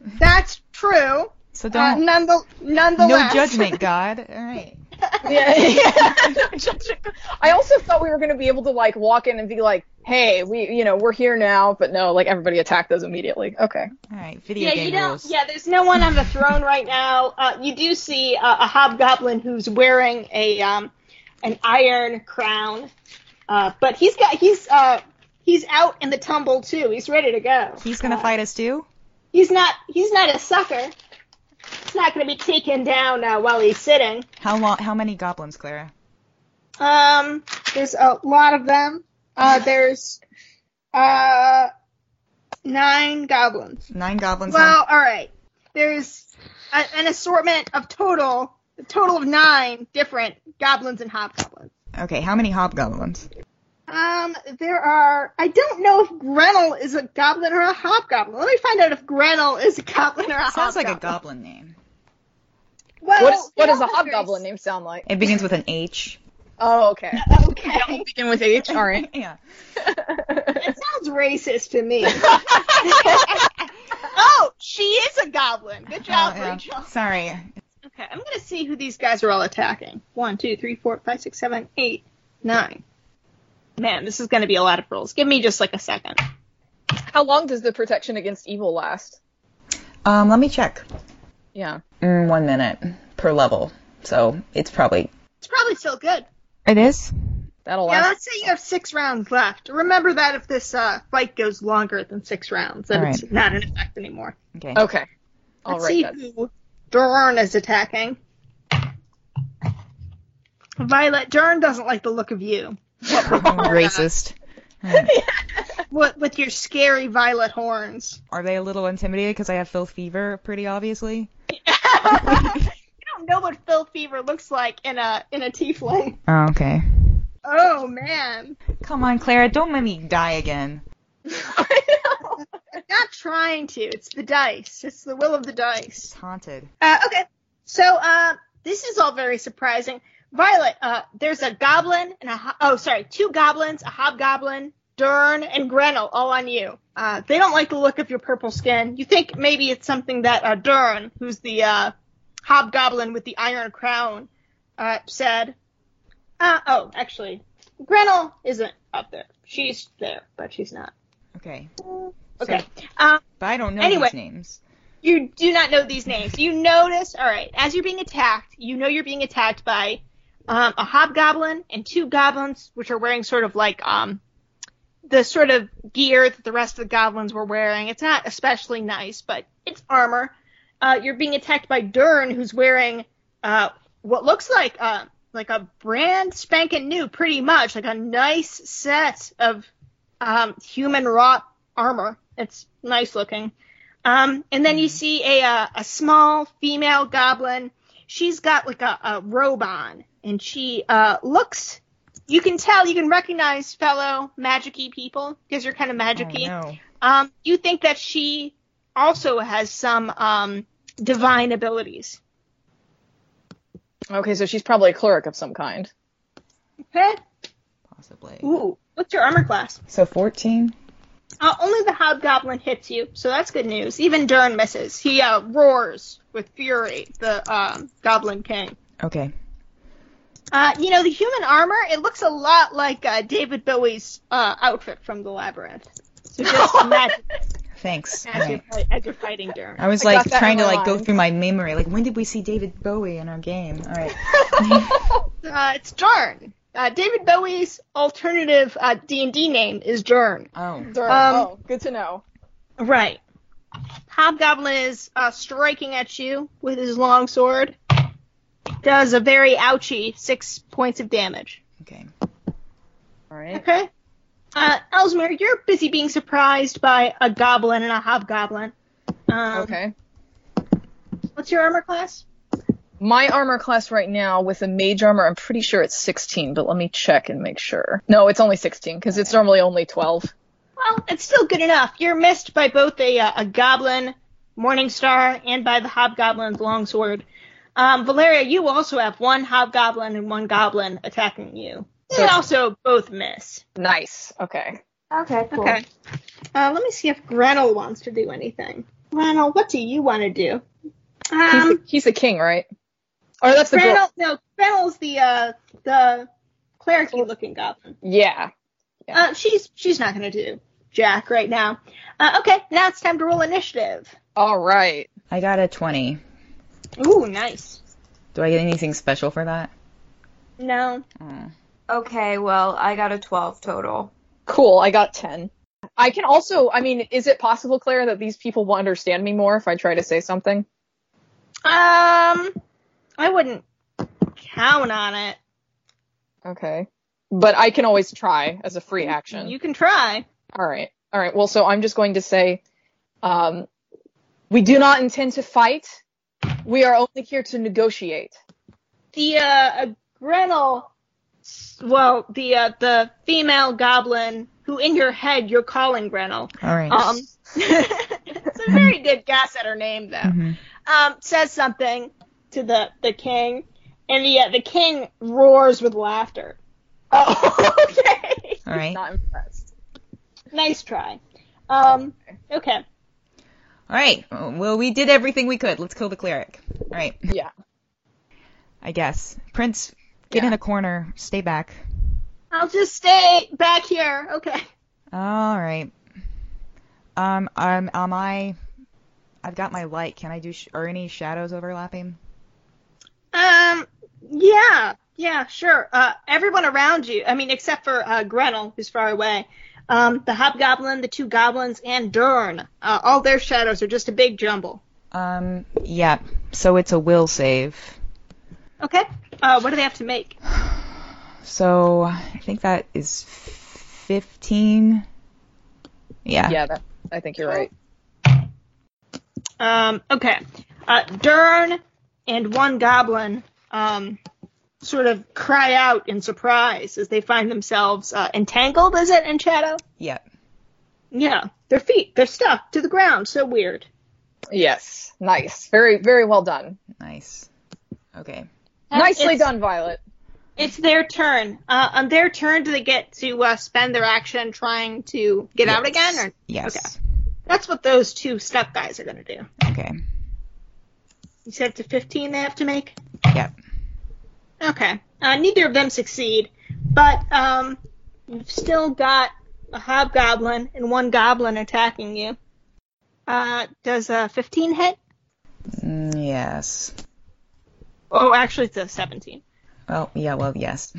Speaker 4: That's true.
Speaker 1: So
Speaker 4: Uh,
Speaker 1: don't.
Speaker 4: none the,
Speaker 1: no
Speaker 4: nonetheless.
Speaker 1: judgment, God. All right.
Speaker 3: Yeah, yeah. I also thought we were gonna be able to like walk in and be like, "Hey, we, you know, we're here now," but no, like everybody attacked us immediately. Okay.
Speaker 1: All right. Video
Speaker 4: Yeah,
Speaker 1: game
Speaker 4: you don't.
Speaker 1: rules.
Speaker 4: Yeah, there's no one on the throne right now. Uh, you do see uh, a hobgoblin who's wearing a um, an iron crown, uh, but he's got he's uh, he's out in the tumble too. He's ready to go.
Speaker 1: He's gonna
Speaker 4: Uh,
Speaker 1: fight us too.
Speaker 4: He's not he's not a sucker. He's not going to be taken down uh, while he's sitting.
Speaker 1: How long? How many goblins, Clara?
Speaker 4: Um, there's a lot of them. Uh, there's uh, nine goblins.
Speaker 1: Nine goblins.
Speaker 4: Well, all right. There's a, an assortment of total, a total of nine different goblins and hobgoblins.
Speaker 1: huh? Okay. How many hobgoblins?
Speaker 4: Um, there are. I don't know if Grenel is a goblin or a hobgoblin. Let me find out if Grenel is a goblin or a hobgoblin.
Speaker 1: Sounds like a goblin name.
Speaker 4: Well,
Speaker 3: what is, what does a
Speaker 4: goblins are-
Speaker 3: hobgoblin name sound like?
Speaker 1: It begins with an H.
Speaker 3: Oh, okay.
Speaker 4: Okay,
Speaker 3: Begin with H. All right.
Speaker 1: Yeah.
Speaker 4: that sounds racist to me. oh, she is a goblin. Good job,
Speaker 1: Oh, yeah.
Speaker 4: Rachel.
Speaker 1: Sorry.
Speaker 4: Okay, I'm gonna see who these guys are all attacking. One, two, three, four, five, six, seven, eight, nine. Man, this is gonna be a lot of rolls. Give me just like a second.
Speaker 3: How long does the protection against evil last?
Speaker 1: Um, let me check.
Speaker 3: Yeah.
Speaker 1: Mm, one minute per level, so it's probably.
Speaker 4: It's probably still good.
Speaker 1: It is.
Speaker 3: That'll
Speaker 4: Yeah,
Speaker 3: last.
Speaker 4: let's say you have six rounds left. Remember that if this uh, fight goes longer than six rounds, then
Speaker 1: All
Speaker 4: it's not in effect anymore.
Speaker 1: Okay.
Speaker 3: okay. All
Speaker 4: Let's
Speaker 3: right.
Speaker 4: see
Speaker 3: then.
Speaker 4: who Dorn is attacking. Violet, Dorn doesn't like the look of you.
Speaker 1: Racist.
Speaker 4: What with your scary violet horns?
Speaker 1: Are they a little intimidated because I have filth fever? Pretty obviously.
Speaker 4: You don't know what Phil Fever looks like in a in a tiefling.
Speaker 1: Oh, okay.
Speaker 4: Oh man.
Speaker 1: Come on, Clara. Don't let me die again.
Speaker 4: I'm not trying to. It's the dice. It's the will of the dice.
Speaker 1: It's haunted.
Speaker 4: Uh, okay. So uh, this is all very surprising. Violet, uh, there's a goblin and a ho- oh sorry, two goblins, a hobgoblin, Dern and Grenel, all on you. Uh, they don't like the look of your purple skin. You think maybe it's something that uh, Dern, who's the uh, hobgoblin with the iron crown, uh, said. Uh, oh, actually, Grenel isn't up there. She's there, but she's not.
Speaker 1: Okay.
Speaker 4: Okay. Um,
Speaker 1: But I don't know
Speaker 4: Anyway.
Speaker 1: these names.
Speaker 4: you do not know these names. You notice, all right, as you're being attacked, you know you're being attacked by um, a hobgoblin and two goblins, which are wearing sort of like um, the sort of gear that the rest of the goblins were wearing. It's not especially nice, but it's armor. Uh, you're being attacked by Dern, who's wearing uh, what looks like uh, like a brand spanking new, pretty much like a nice set of um, human wrought armor. It's nice looking. Um, and then
Speaker 1: Mm-hmm.
Speaker 4: you see a uh, a small female goblin. She's got like a, a robe on, and she uh, looks. You can tell, you can recognize fellow magicy people because you're kind of
Speaker 1: Oh,
Speaker 4: magicy.
Speaker 1: no.
Speaker 4: Um, you think that she also has some um, divine abilities.
Speaker 3: Okay, so she's probably a cleric of some kind.
Speaker 4: Okay.
Speaker 1: Possibly.
Speaker 4: Ooh, what's your armor class?
Speaker 1: So 14?
Speaker 4: Uh, only the hobgoblin hits you, so that's good news. Even Dern misses. He uh, roars with fury. The um, goblin king.
Speaker 1: Okay.
Speaker 4: Uh, you know, the human armor, it looks a lot like uh, David Bowie's uh, outfit from The Labyrinth. So just imagine
Speaker 1: Thanks.
Speaker 4: as, you're,
Speaker 1: Alright.
Speaker 4: fight- as you're fighting Dern.
Speaker 1: I was
Speaker 3: I got
Speaker 1: like
Speaker 3: that
Speaker 1: trying
Speaker 3: in
Speaker 1: to
Speaker 3: my
Speaker 1: like go
Speaker 3: mind.
Speaker 1: through my memory. Like when did we see David Bowie in our game? All right.
Speaker 4: Uh, it's Dern. Uh, David Bowie's alternative uh, D&D name is Dern.
Speaker 1: Oh.
Speaker 3: Dur-
Speaker 4: Um,
Speaker 3: oh, good to know.
Speaker 4: Right. Hobgoblin is uh, striking at you with his long sword. Does a very ouchy six points of damage.
Speaker 1: Okay.
Speaker 6: All right.
Speaker 4: Okay. Uh, Elsmere, you're busy being surprised by a goblin and a hobgoblin. Um,
Speaker 6: Okay.
Speaker 4: What's your armor class?
Speaker 6: My armor class right now with a mage armor, I'm pretty sure it's 16, but let me check and make sure. No, it's only 16 because it's normally only 12.
Speaker 4: Well, it's still good enough. You're missed by both a, uh, a goblin, Morningstar, and by the hobgoblin's longsword. Um, Valeria, you also have one hobgoblin and one goblin attacking you. They
Speaker 6: So-
Speaker 4: also both miss.
Speaker 6: Nice. Okay.
Speaker 5: Okay, cool.
Speaker 4: Okay. Uh, let me see if Grenel wants to do anything. Grenel, what do you want to do?
Speaker 6: He's,
Speaker 4: Um,
Speaker 6: he's the king, right? Or that's the girl.
Speaker 4: Grenel, no, Grenel's the uh, the cleric-looking goblin.
Speaker 6: Yeah.
Speaker 4: Uh, she's she's not gonna do Jack right now. Uh, okay, now it's time to roll initiative.
Speaker 6: All right.
Speaker 1: I got a 20.
Speaker 4: Ooh, nice.
Speaker 1: Do I get anything special for that?
Speaker 4: No.
Speaker 1: Mm.
Speaker 4: Um,
Speaker 5: Okay, well, I got a 12 total.
Speaker 6: Cool. I got 10. I can also, I mean, is it possible, Claire, that these people will understand me more if I try to say something?
Speaker 4: Um, I wouldn't count on it.
Speaker 6: Okay. But I can always try as a free action.
Speaker 4: You can try.
Speaker 6: All right. All right. Well, so I'm just going to say, um, we do not intend to fight. We are only here to negotiate.
Speaker 4: The uh, uh Grenel, well, the uh, the female goblin who in your head you're calling Grenel.
Speaker 1: All right.
Speaker 4: Um, it's a very good guess at her name though.
Speaker 1: Mhm.
Speaker 4: um, says something to the, the king, and the uh, the king roars with laughter.
Speaker 6: Oh,
Speaker 4: Okay,
Speaker 1: All right.
Speaker 6: not impressed.
Speaker 4: nice try. Um, okay,
Speaker 1: All right. Well, we did everything we could. Let's kill the cleric. All right.
Speaker 6: Yeah.
Speaker 1: I guess. Prince, get in
Speaker 6: Yeah.
Speaker 1: a corner. Stay back.
Speaker 4: I'll just stay back here. Okay,
Speaker 1: All right. Um, um, am I? I've got my light. Can I do? Sh- are any shadows overlapping?
Speaker 4: um, yeah, yeah, sure. Uh, everyone around you, I mean, except for uh, Grenel, who's far away. Um, the hobgoblin, the two goblins, and Dern. Uh, all their shadows are just a big jumble.
Speaker 1: Um, yeah. So it's a will save.
Speaker 4: Okay. Uh, what do they have to make?
Speaker 1: So I think that is fifteen. Yeah.
Speaker 6: Yeah. That, I think you're right.
Speaker 4: Um, okay. Uh, Dern and one goblin um, sort of cry out in surprise as they find themselves uh, entangled, is it, in shadow?
Speaker 1: Yeah.
Speaker 4: Yeah. Their feet, they're stuck to the ground. So weird.
Speaker 6: Yes. Nice. Very, very well done.
Speaker 1: Nice. Okay.
Speaker 6: Nicely
Speaker 4: It's-
Speaker 6: done, Violet.
Speaker 4: It's their turn. Uh, on their turn, do they get to uh, spend their action trying to get out again? Or
Speaker 1: Yes.
Speaker 4: That's what those two stuck guys are going to do.
Speaker 1: Okay.
Speaker 4: You said it's a 15 they have to make?
Speaker 1: Yep.
Speaker 4: Okay. Uh, neither of them succeed, but um, you've still got a hobgoblin and one goblin attacking you. Uh, does a 15 hit?
Speaker 1: Mm, yes.
Speaker 4: Oh, actually, it's a 17.
Speaker 1: Oh, yeah. Well, yes.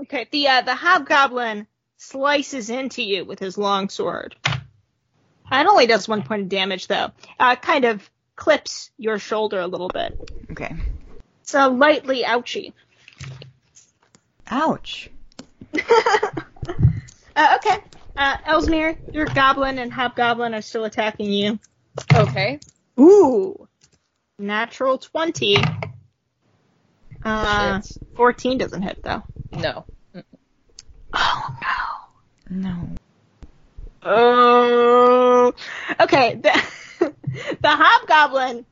Speaker 4: Okay. The uh, the hobgoblin slices into you with his long sword. It only does one point of damage though. Uh, kind of clips your shoulder a little bit.
Speaker 1: Okay.
Speaker 4: So lightly ouchy.
Speaker 1: Ouch.
Speaker 4: Uh, okay. Uh, Elsmere, your goblin and hobgoblin are still attacking you.
Speaker 6: okay.
Speaker 4: Ooh. Natural 20. Uh,
Speaker 6: Shit.
Speaker 4: 14 doesn't hit, though.
Speaker 6: No.
Speaker 4: Oh, no.
Speaker 1: No.
Speaker 4: Oh. Okay. The, the hobgoblin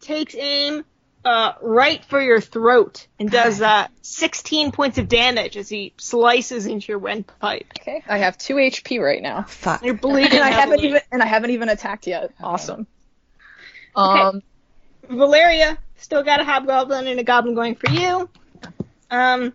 Speaker 4: takes aim uh, right for your throat and does uh, 16 points of damage as he slices into your windpipe.
Speaker 6: Okay. I have two HP right now,
Speaker 1: Fuck.
Speaker 4: You're bleeding.
Speaker 6: and I haven't
Speaker 4: heavily.
Speaker 6: even and I haven't even attacked yet. Awesome. Um.
Speaker 4: Valeria still got a hobgoblin and a goblin going for you. Um,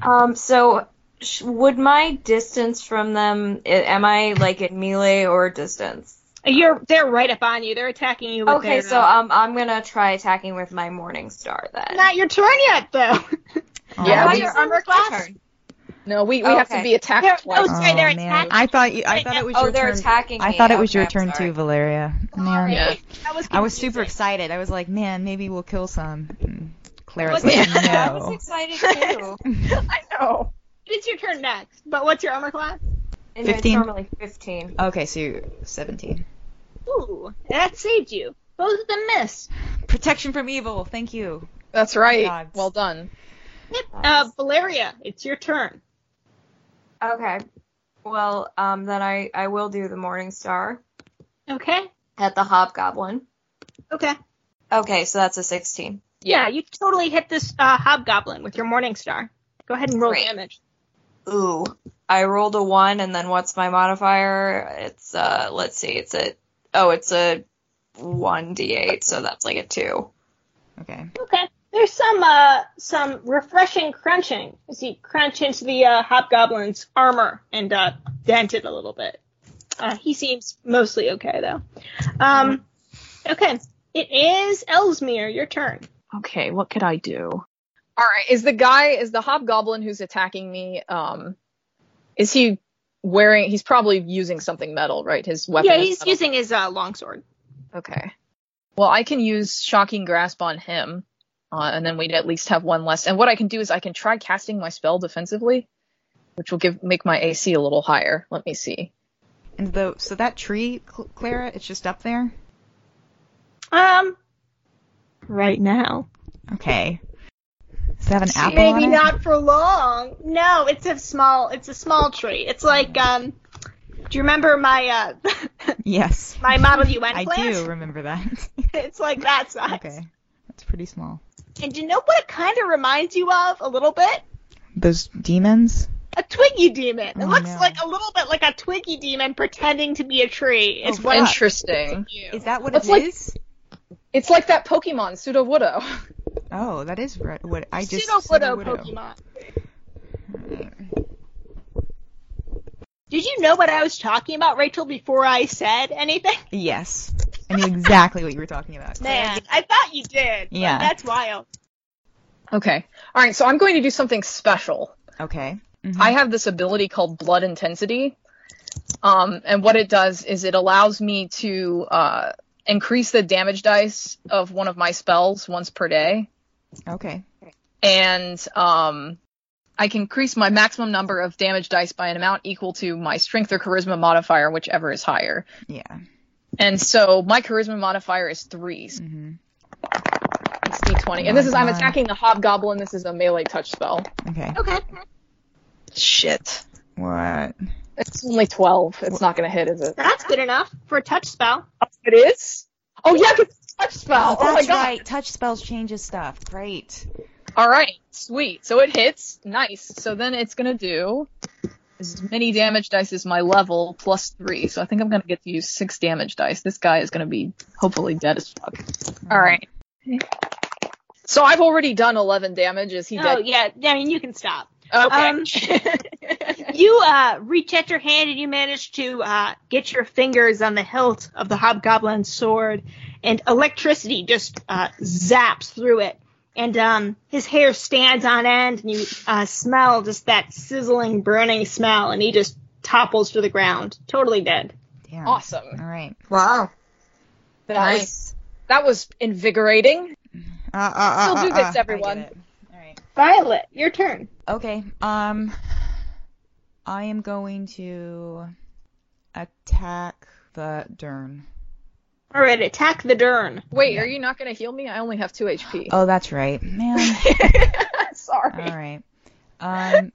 Speaker 5: Um, so sh- would my distance from them, i- am I like at melee or distance?
Speaker 4: you're they're right up on you. They're attacking you. With
Speaker 5: Okay,
Speaker 4: their,
Speaker 5: so
Speaker 4: uh,
Speaker 5: um, I'm gonna try attacking with my Morning Star then.
Speaker 4: not your turn yet, though.
Speaker 1: Oh,
Speaker 6: Yeah,
Speaker 5: Am I
Speaker 6: we-
Speaker 5: your
Speaker 4: Armor
Speaker 5: it's my
Speaker 4: class?
Speaker 5: turn.
Speaker 6: No, we, we have to
Speaker 5: Okay.
Speaker 6: be attacked
Speaker 4: They're-
Speaker 6: twice.
Speaker 4: oh, sorry,
Speaker 1: Oh,
Speaker 4: they're
Speaker 1: man.
Speaker 4: attacking.
Speaker 1: I thought you, I thought it was
Speaker 5: oh,
Speaker 1: your
Speaker 5: they're
Speaker 1: turn.
Speaker 5: attacking
Speaker 1: I
Speaker 5: me.
Speaker 1: thought it was
Speaker 5: Okay,
Speaker 1: your
Speaker 5: I'm
Speaker 1: turn
Speaker 5: sorry.
Speaker 1: too, Valeria. Man,
Speaker 6: Yeah.
Speaker 4: That was
Speaker 1: I was super
Speaker 4: confusing.
Speaker 1: excited. I was like, man, maybe we'll kill some. And Clara's
Speaker 5: Wasn't
Speaker 1: like,
Speaker 5: it? I
Speaker 6: Oh.
Speaker 5: was
Speaker 1: no.
Speaker 5: excited too.
Speaker 4: I
Speaker 6: No.
Speaker 4: It's your turn next. But what's your armor class?
Speaker 5: And it's
Speaker 1: 15.
Speaker 5: normally 15.
Speaker 1: Okay, so you're 17.
Speaker 4: Ooh, that saved you. Both of them missed.
Speaker 1: Protection from evil. Thank you.
Speaker 6: That's right.
Speaker 1: Gods.
Speaker 6: Well done.
Speaker 4: Uh, Valeria, it's your turn.
Speaker 5: Okay. Well, um, then I, I will do the Morning Star
Speaker 4: Okay.
Speaker 5: at the Hobgoblin.
Speaker 4: Okay.
Speaker 5: Okay, so that's a 16.
Speaker 4: Yeah, you totally hit this uh, hobgoblin with your morning star. Go ahead and roll
Speaker 5: Great.
Speaker 4: damage.
Speaker 5: Ooh, I rolled a 1, and then what's my modifier? It's, uh, let's see, it's a, oh, it's a 1d8, so that's like a 2.
Speaker 1: Okay.
Speaker 4: Okay. There's some uh some refreshing crunching as you crunch into the uh, hobgoblin's armor and uh, dent it a little bit. Uh, he seems mostly okay though. Um, okay. It is Elsmere, your turn.
Speaker 7: Okay, what could I do?
Speaker 6: All right. Is the guy, is the hobgoblin who's attacking me, um, is he wearing, he's probably using something metal, right? His weapon.
Speaker 4: yeah,
Speaker 6: is
Speaker 4: he's
Speaker 6: metal.
Speaker 4: using his uh, longsword.
Speaker 6: Okay. Well, I can use Shocking Grasp on him, uh, and then we'd at least have one less. And what I can do is I can try casting my spell defensively, which will give make my AC a little higher. Let me see.
Speaker 1: And the, so that tree, Cl- Clara, it's just up there?
Speaker 4: Um, right now.
Speaker 1: Okay. Does it have an apple on
Speaker 4: Maybe
Speaker 1: it?
Speaker 4: not for long. No, it's a small. It's a small tree. It's like um. Do you remember my uh
Speaker 1: Yes.
Speaker 4: my Model UN
Speaker 1: I
Speaker 4: plant?
Speaker 1: do remember that.
Speaker 4: It's like that size.
Speaker 1: okay. That's pretty small.
Speaker 4: And do you know what it kind of reminds you of a little bit?
Speaker 1: Those demons?
Speaker 4: A Twiggy demon. It
Speaker 1: Oh,
Speaker 4: looks
Speaker 1: no.
Speaker 4: like a little bit like a Twiggy demon pretending to be a tree. It's
Speaker 1: Oh,
Speaker 4: what
Speaker 1: and-
Speaker 6: Interesting.
Speaker 4: you.
Speaker 1: Is that what
Speaker 6: That's
Speaker 1: it
Speaker 6: like-
Speaker 1: is?
Speaker 6: It's like that Pokemon Pseudo Woodo.
Speaker 1: Oh, that is re- what I just
Speaker 4: pseudo widow
Speaker 1: pseudo-widow.
Speaker 4: Pokemon. Did you know what I was talking about, Rachel, before I said anything?
Speaker 1: Yes. I knew exactly what you were talking about.
Speaker 4: Man, I thought you did. but
Speaker 1: Yeah.
Speaker 4: That's wild.
Speaker 6: Okay. All right. So I'm going to do something special.
Speaker 1: Okay. Mhm.
Speaker 6: I have this ability called Blood Intensity. Um, and what it does is it allows me to uh, increase the damage dice of one of my spells once per day.
Speaker 1: Okay.
Speaker 6: and um, I can increase my maximum number of damage dice by an amount equal to my strength or charisma modifier, whichever is higher.
Speaker 1: Yeah.
Speaker 6: And so my charisma modifier is three. so
Speaker 1: hmm
Speaker 6: It's d20. And this is I'm
Speaker 1: Come on.
Speaker 6: attacking the hobgoblin. This is a melee touch spell.
Speaker 1: Okay.
Speaker 6: Oh.
Speaker 4: Okay.
Speaker 6: Shit.
Speaker 1: What?
Speaker 6: It's only 12. It's not going to hit, is it?
Speaker 4: That's good enough for a touch spell.
Speaker 6: It is? Oh, yeah, 'cause it's a touch spell. Oh, my
Speaker 1: that's
Speaker 6: god.
Speaker 1: right. Touch spells changes stuff. Great.
Speaker 6: All right. Sweet. So it hits. Nice. So then it's going to do as many damage dice as my level plus three. So I think I'm going to get to use six damage dice. This guy is going to be hopefully dead as fuck. All right. So I've already done 11 damage. Is he
Speaker 4: oh
Speaker 6: dead?
Speaker 4: yeah, I mean you can stop.
Speaker 6: Okay.
Speaker 4: um, You uh, reach out your hand and you manage to uh, get your fingers on the hilt of the hobgoblin's sword, and electricity just uh, zaps through it. And um, his hair stands on end, and you uh, smell just that sizzling, burning smell, and he just topples to the ground, totally dead.
Speaker 1: Damn.
Speaker 6: awesome.
Speaker 1: All right.
Speaker 5: Wow.
Speaker 6: That,
Speaker 5: Nice.
Speaker 6: that was invigorating.
Speaker 1: Uh, uh, uh,
Speaker 6: Still do
Speaker 1: uh,
Speaker 6: this,
Speaker 1: uh, I get
Speaker 6: everyone.
Speaker 1: it. All right.
Speaker 4: Violet, your turn.
Speaker 1: Okay. Um, I am going to attack the Dern.
Speaker 4: All right, attack the Dern.
Speaker 6: Wait, are you not going to heal me? I only have two HP.
Speaker 1: Oh, that's right, man.
Speaker 6: Sorry.
Speaker 1: All right. Um,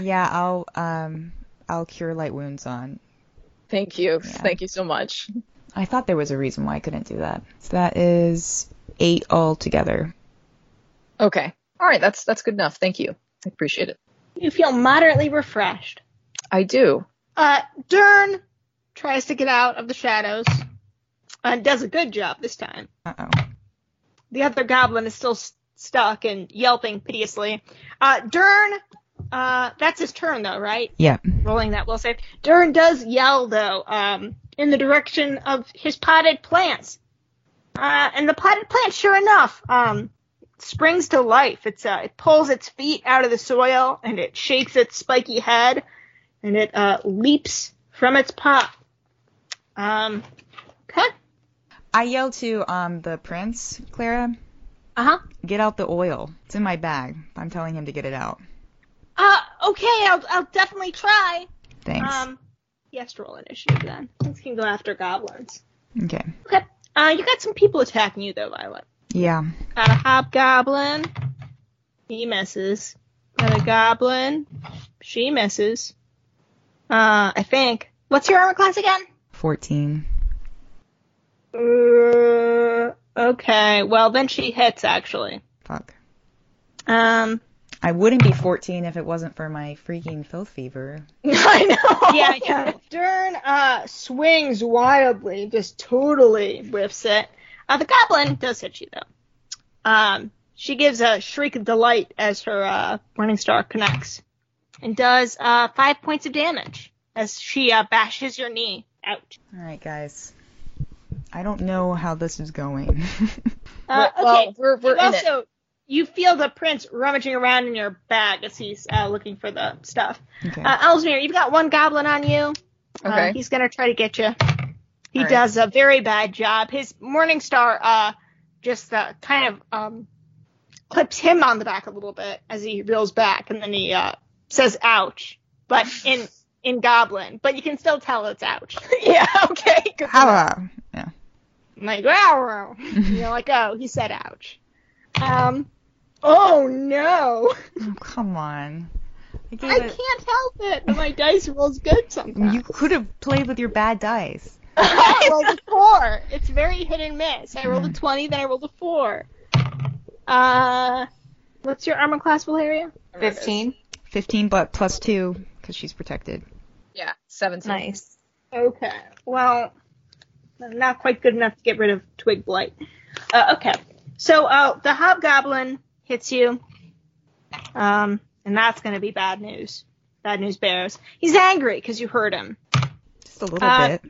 Speaker 1: yeah, I'll um, I'll cure light wounds on.
Speaker 6: Thank you. Thank you so much.
Speaker 1: I thought there was a reason why I couldn't do that. So that is eight altogether.
Speaker 6: Okay. All right. That's that's good enough. Thank you. I appreciate it.
Speaker 4: You feel moderately refreshed.
Speaker 6: I do.
Speaker 4: Uh, Dern tries to get out of the shadows and does a good job this time.
Speaker 1: Uh oh.
Speaker 4: The other goblin is still s- stuck and yelping piteously. Uh, Dern, uh, that's his turn though, right?
Speaker 1: Yeah.
Speaker 4: Rolling that will save. Dern does yell though, um, in the direction of his potted plants. Uh, and the potted plants, sure enough, um, springs to life. It's uh, it pulls its feet out of the soil and it shakes its spiky head and it uh, leaps from its pot. Um, okay.
Speaker 1: I yell to um the prince, Clara,
Speaker 4: Uh
Speaker 6: Uh-huh.
Speaker 4: huh.
Speaker 1: get out the oil. It's in my bag. I'm telling him to get it out.
Speaker 4: Uh, okay, I'll, I'll definitely try.
Speaker 1: Thanks.
Speaker 4: Um, he has to roll initiative then. Let's can go after goblins.
Speaker 1: okay.
Speaker 4: Okay. Uh, you got some people attacking you though, Violet.
Speaker 1: Yeah.
Speaker 4: Got a hobgoblin. He misses. Got a goblin. She misses. Uh, I think. What's your armor class again?
Speaker 1: 14.
Speaker 4: Uh, okay. Well, then she hits actually.
Speaker 1: Fuck.
Speaker 4: Um,
Speaker 1: I wouldn't be 14 if it wasn't for my freaking filth fever.
Speaker 3: I know.
Speaker 4: yeah, yeah. Dern uh, swings wildly, just totally whiffs it. Uh, the goblin does hit you though. Um, she gives a shriek of delight as her uh, running star connects, and does uh, five points of damage as she uh, bashes your knee out.
Speaker 1: Alright, guys. I don't know how this is going.
Speaker 4: Uh, okay.
Speaker 3: Well, we're we're
Speaker 4: You
Speaker 3: in it.
Speaker 4: also, you feel the prince rummaging around in your bag as he's uh, looking for the stuff.
Speaker 1: okay.
Speaker 4: Uh, Elsmere, you've got one goblin on you.
Speaker 6: Okay.
Speaker 4: Uh, he's gonna try to get you. He
Speaker 1: All right.
Speaker 4: does a very bad job. His morning star, uh, just uh, kind of um, clips him on the back a little bit as he reels back, and then he uh, says "ouch," but in in goblin, but you can still tell it's "ouch."
Speaker 3: yeah. Okay. good.
Speaker 1: how uh, yeah.
Speaker 4: I'm like wow, you're like oh, he said "ouch." Um, oh no,
Speaker 1: Oh, come on. I gave
Speaker 4: I
Speaker 1: it-
Speaker 4: can't help it. My dice rolls good sometimes.
Speaker 1: You could have played with your bad dice.
Speaker 4: I rolled a four. It's very hit and miss. I rolled a twenty, then I rolled a four. Uh, what's your armor class, Valeria?
Speaker 5: 15.
Speaker 1: 15 but plus 2 because she's protected.
Speaker 6: Yeah, 17.
Speaker 5: Nice.
Speaker 4: Okay. Well, not quite good enough to get rid of twig blight. Uh, okay. So uh, the hobgoblin hits you, um, and that's gonna be bad news. Bad news bears. He's angry because you hurt him.
Speaker 1: Just a little
Speaker 4: Uh,
Speaker 1: bit.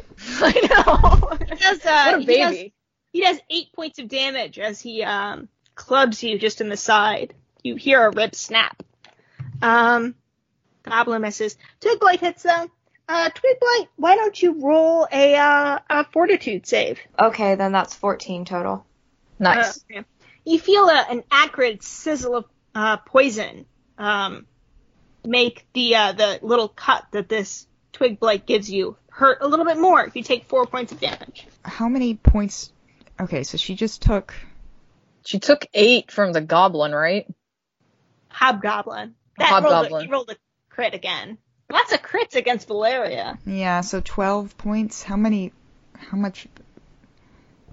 Speaker 3: I know.
Speaker 4: He does, uh,
Speaker 3: what a
Speaker 4: he does-
Speaker 3: baby.
Speaker 4: He does eight points of damage as he um, clubs you just in the side. You hear a rib snap. Um, Goblin misses. Twig Blight hits them. Uh, Twig Blight, why don't you roll a, uh, a fortitude save?
Speaker 5: Okay, then that's 14 total.
Speaker 6: Nice.
Speaker 4: Uh, okay. you feel a, an acrid sizzle of uh, poison um, make the uh, the little cut that this Twig Blight gives you hurt a little bit more if you take four points of damage.
Speaker 1: How many points? Okay, so she just took.
Speaker 6: She took eight from the goblin, right?
Speaker 4: Hobgoblin. That rolled a-
Speaker 6: Hobgoblin.
Speaker 4: he rolled a crit again. Lots of crits against Valeria.
Speaker 1: Yeah, so 12 points. How many? How much?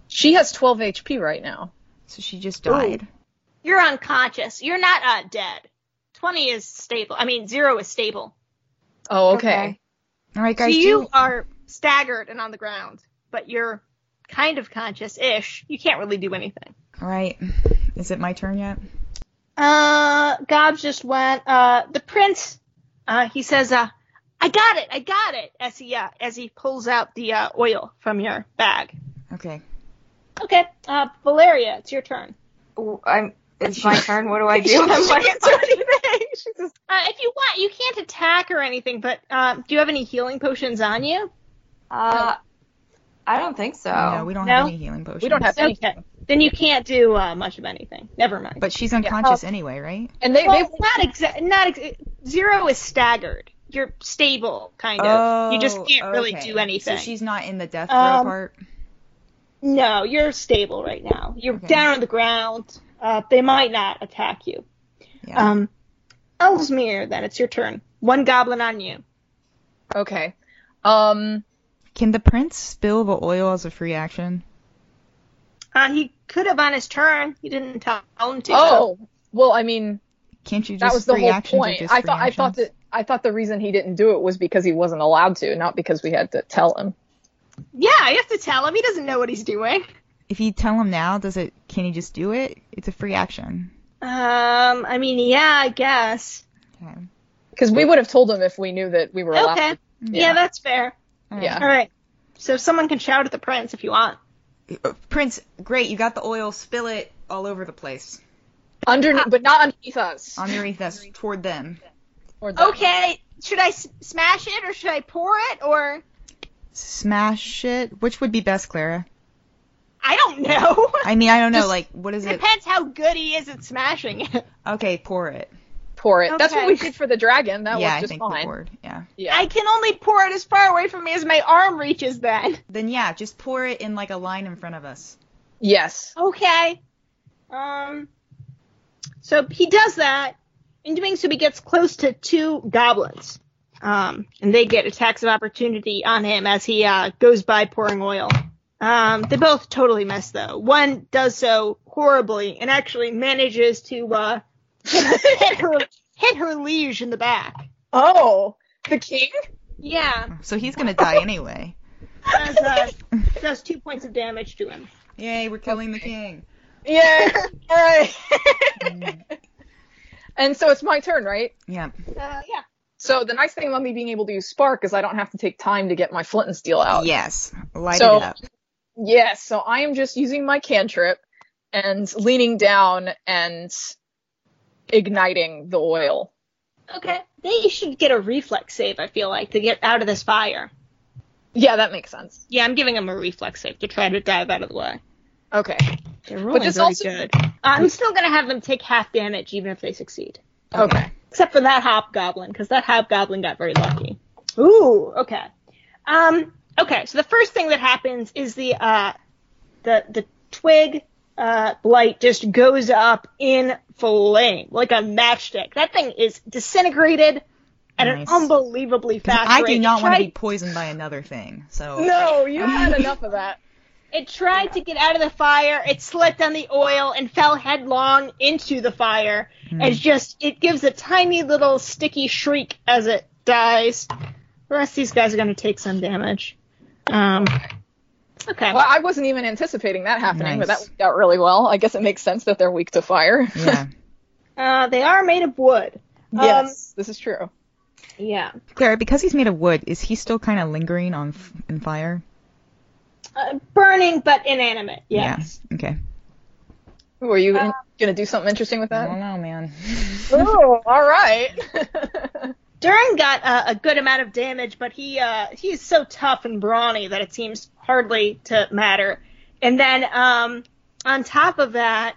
Speaker 6: She has 12 HP right now.
Speaker 1: So she just died.
Speaker 4: You're unconscious. You're not uh, dead. 20 is stable. I mean, 0 is stable.
Speaker 6: Oh, okay.
Speaker 1: All right, guys.
Speaker 4: so
Speaker 1: do
Speaker 4: you are staggered and on the ground, but you're kind of conscious ish. You can't really do anything.
Speaker 1: All right. Is it my turn yet?
Speaker 4: Uh, Gobs just went, uh, the prince, uh, he says, uh, I got it, I got it, as he, uh, as he pulls out the, uh, oil from your bag.
Speaker 1: Okay.
Speaker 4: Okay, uh, Valeria, it's your turn.
Speaker 5: Ooh, I'm, it's my turn. What do I do? I'm
Speaker 4: She
Speaker 5: like,
Speaker 4: can't do anything. She's just- uh, if you want, you can't attack or anything, but uh, do you have any healing potions on you?
Speaker 5: uh, I don't think so.
Speaker 1: No, we don't
Speaker 4: No?
Speaker 1: have any healing potions.
Speaker 6: We don't have any.
Speaker 4: Okay. Then you can't do uh, much of anything. Never mind.
Speaker 1: But she's
Speaker 4: oh.
Speaker 1: unconscious anyway, right?
Speaker 6: And they,
Speaker 4: well,
Speaker 6: they
Speaker 4: not exa- not ex- zero is staggered. You're stable, kind of. you just
Speaker 1: Oh,
Speaker 4: can't really
Speaker 1: okay.
Speaker 4: do anything.
Speaker 1: So she's not in the death row
Speaker 4: Um,
Speaker 1: part.
Speaker 4: No, you're stable right now. You're
Speaker 1: Okay.
Speaker 4: down on the ground. Uh, they might not attack you.
Speaker 1: Yeah.
Speaker 4: Um, Elsmere, then it's your turn. One goblin on you.
Speaker 6: okay. Um,
Speaker 1: Can the prince spill the oil as a free action?
Speaker 4: Uh, he could have on his turn. He didn't tell him to.
Speaker 6: oh, well, I mean,
Speaker 1: Can't you just
Speaker 6: that was the
Speaker 1: free
Speaker 6: whole
Speaker 1: actions or
Speaker 6: point.
Speaker 1: just
Speaker 6: I
Speaker 1: free
Speaker 6: thought, I thought
Speaker 1: actions?
Speaker 6: that, I thought the reason he didn't do it was because he wasn't allowed to, not because we had to tell him.
Speaker 4: Yeah, you have to tell him. He doesn't know what he's doing.
Speaker 1: if you tell him now, does it? Can he just do it? It's a free action.
Speaker 4: Um, I mean, yeah, I guess.
Speaker 1: Okay.
Speaker 6: Because we would have told him if we knew that we were allowed.
Speaker 4: Okay.
Speaker 6: to-
Speaker 4: Yeah. that's fair.
Speaker 6: Yeah.
Speaker 4: All right. So someone can shout at the prince if you want.
Speaker 1: Uh, Prince, great, you got the oil. Spill it all over the place,
Speaker 4: Uh,
Speaker 6: underneath, but not underneath us.
Speaker 1: underneath us, toward them.
Speaker 6: Or the-
Speaker 4: Okay, should I s- smash it or should I pour it or
Speaker 1: Smash it. Which would be best, Clara?
Speaker 4: I don't know.
Speaker 1: I mean, I don't know.
Speaker 4: Just-
Speaker 1: like, what is it?
Speaker 4: Depends how good he is at smashing it.
Speaker 1: Okay, pour it.
Speaker 6: Pour it. That's what
Speaker 4: Okay.
Speaker 6: we did for the dragon. That
Speaker 1: yeah,
Speaker 6: was
Speaker 1: I
Speaker 6: just
Speaker 1: think the
Speaker 6: fine.
Speaker 1: word. Yeah.
Speaker 6: Yeah.
Speaker 4: I can only pour it as far away from me as my arm reaches then.
Speaker 1: Then yeah, just pour it in like a line in front of us.
Speaker 6: yes.
Speaker 4: Okay. Um. So he does that. In doing so, he gets close to two goblins. Um, and they get attacks of opportunity on him as he uh, goes by pouring oil. Um, they both totally miss though. One does so horribly and actually manages to uh, hit her hit her liege in the back.
Speaker 6: Oh, the king.
Speaker 4: Yeah,
Speaker 1: So he's gonna die anyway.
Speaker 4: does, uh, does two points of damage to him.
Speaker 1: Yay, we're killing the king.
Speaker 6: Yeah. All right. Mm. and so it's my turn, right?
Speaker 1: Yeah.
Speaker 4: Uh, yeah.
Speaker 6: So the nice thing about me being able to use spark is I don't have to take time to get my flint and steel out.
Speaker 1: Oh, Yes. Light
Speaker 6: So-
Speaker 1: it up.
Speaker 6: Yes, so I am just using my cantrip and leaning down and igniting the oil.
Speaker 4: Okay. They should get a reflex save, I feel like, to get out of this fire.
Speaker 6: Yeah, that makes sense.
Speaker 4: Yeah, I'm giving them a reflex save to try to dive out of the way.
Speaker 6: Okay.
Speaker 4: They're rolling
Speaker 6: this
Speaker 4: very
Speaker 6: also-
Speaker 4: good. Uh, I'm still going to have them take half damage even if they succeed.
Speaker 6: Okay.
Speaker 4: Except for that hobgoblin, because that hobgoblin got very lucky. Ooh, okay. Um, okay, so the first thing that happens is the, uh, the, the twig, uh, blight just goes up in flame, like a matchstick. That thing is disintegrated at an
Speaker 1: Nice.
Speaker 4: unbelievably
Speaker 1: 'Cause
Speaker 4: fast
Speaker 1: I
Speaker 4: rate.
Speaker 1: do not
Speaker 4: It
Speaker 1: want to
Speaker 4: tried-
Speaker 1: be poisoned by another thing. So
Speaker 6: No, you had enough of that.
Speaker 4: It tried to get out of the fire. It slipped on the oil and fell headlong into the fire. And it's just it gives a tiny little sticky shriek as it dies. The rest of these guys are going to take some damage. Um, okay.
Speaker 6: Well, I wasn't even anticipating that happening, but that
Speaker 1: Nice.
Speaker 6: worked out really well. I guess it makes sense that they're weak to fire.
Speaker 1: yeah.
Speaker 4: Uh, they are made of wood. Um,
Speaker 6: yes, this is true.
Speaker 4: Yeah.
Speaker 1: Clara, because he's made of wood, is he still kind of lingering on f- in fire?
Speaker 4: Uh, burning but inanimate. Yes.
Speaker 1: Yeah. Okay.
Speaker 6: Ooh, Are you in- gonna do something interesting with
Speaker 1: I
Speaker 6: that?
Speaker 1: don't know, man.
Speaker 6: Oh, all right.
Speaker 4: Durin got uh, a good amount of damage, but he uh, he is so tough and brawny that it seems hardly to matter. And then um, on top of that,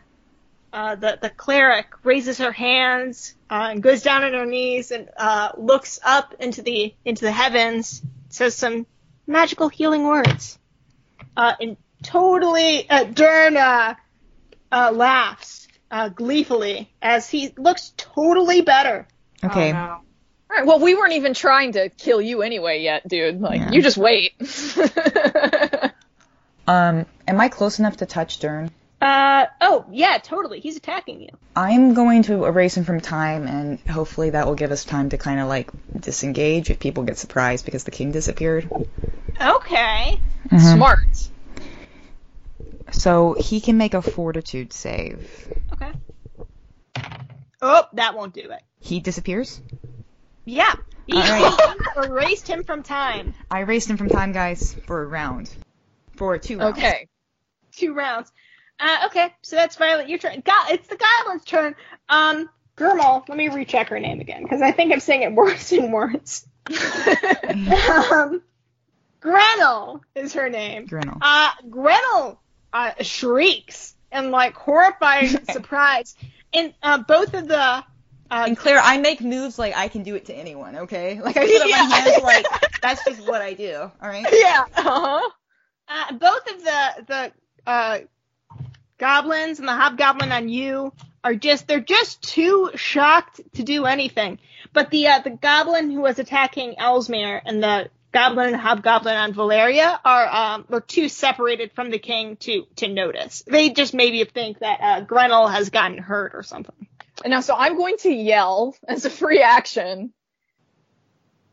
Speaker 4: uh, the the cleric raises her hands uh, and goes down on her knees and uh, looks up into the into the heavens, says some magical healing words, uh, and totally uh, Durin uh, uh, laughs uh, gleefully as he looks totally better.
Speaker 5: Oh,
Speaker 1: Okay.
Speaker 6: Oh, All right. Well, we weren't even trying to kill you anyway yet, dude. Like,
Speaker 1: Yeah.
Speaker 6: you just wait.
Speaker 1: Um, am I close enough to touch Dern?
Speaker 4: Uh oh, yeah, totally. He's attacking you.
Speaker 1: I'm going to erase him from time, and hopefully that will give us time to kind of like disengage if people get surprised because the king disappeared.
Speaker 4: Okay.
Speaker 1: Mm-hmm.
Speaker 6: Smart.
Speaker 1: So he can make a fortitude save.
Speaker 4: Okay. Oh, that won't do it.
Speaker 1: He disappears?
Speaker 4: Yeah. You
Speaker 1: Alright.
Speaker 4: erased him from time.
Speaker 1: I erased him from time, guys, for a round. For two rounds.
Speaker 6: Okay.
Speaker 4: Two rounds. Uh, okay, so that's Violet. Your turn. Go- it's the goblin's turn. Um, Gurmal, let me recheck her name again because I think I'm saying it worse and worse.
Speaker 6: Uh-huh.
Speaker 4: um, Grenel is her name.
Speaker 1: Grinnell.
Speaker 4: Uh, Gretel uh, shrieks in like horrified surprise, and uh, both of the uh,
Speaker 1: And Claire, I make moves like I can do it to anyone, okay? Like I put up my hands like that's just what I do, all right?
Speaker 6: Yeah. Uh-huh.
Speaker 4: Uh, both of the the uh, goblins and the hobgoblin on you are just they're just too shocked to do anything. But the uh, the goblin who was attacking Elsmere and the goblin and hobgoblin on Valeria are um, were too separated from the king to to notice. They just maybe think that uh, Grenell has gotten hurt or something.
Speaker 6: And now, so I'm going to yell as a free action.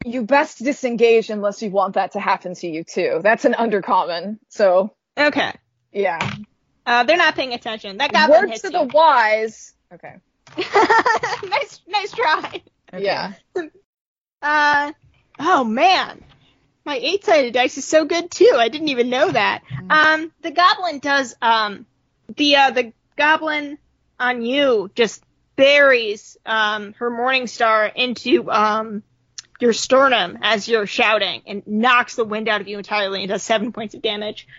Speaker 6: You best disengage unless you want that to happen to you too. That's an undercommon. So
Speaker 4: Okay.
Speaker 6: yeah.
Speaker 4: Uh, they're not paying attention. That goblin
Speaker 6: Words
Speaker 4: hits
Speaker 6: to
Speaker 4: you.
Speaker 6: the wise. Okay.
Speaker 4: nice, nice try.
Speaker 6: Yeah.
Speaker 4: Uh, oh man, my eight-sided dice is so good too. I didn't even know that. Um, the goblin does um, the uh, the goblin on you just buries um, her morning star into um, your sternum as you're shouting and knocks the wind out of you entirely and does seven points of damage.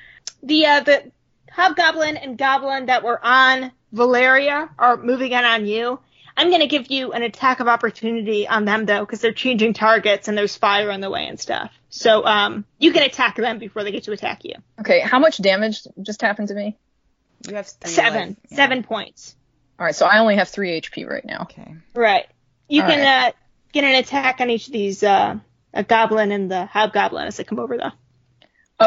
Speaker 4: The uh, the hobgoblin and goblin that were on Valeria are moving in on you. I'm gonna give you an attack of opportunity on them though, because they're changing targets and there's fire on the way and stuff. So um, you can attack them before they get to attack you.
Speaker 6: Okay, how much damage just happened to me?
Speaker 1: You have three
Speaker 4: Seven,
Speaker 1: life. Yeah.
Speaker 4: seven points.
Speaker 6: All right, so I only have three HP right now.
Speaker 1: Okay.
Speaker 4: Right. You
Speaker 6: All
Speaker 4: can uh, get an attack on each of these uh, a goblin and the hobgoblin as they come over though.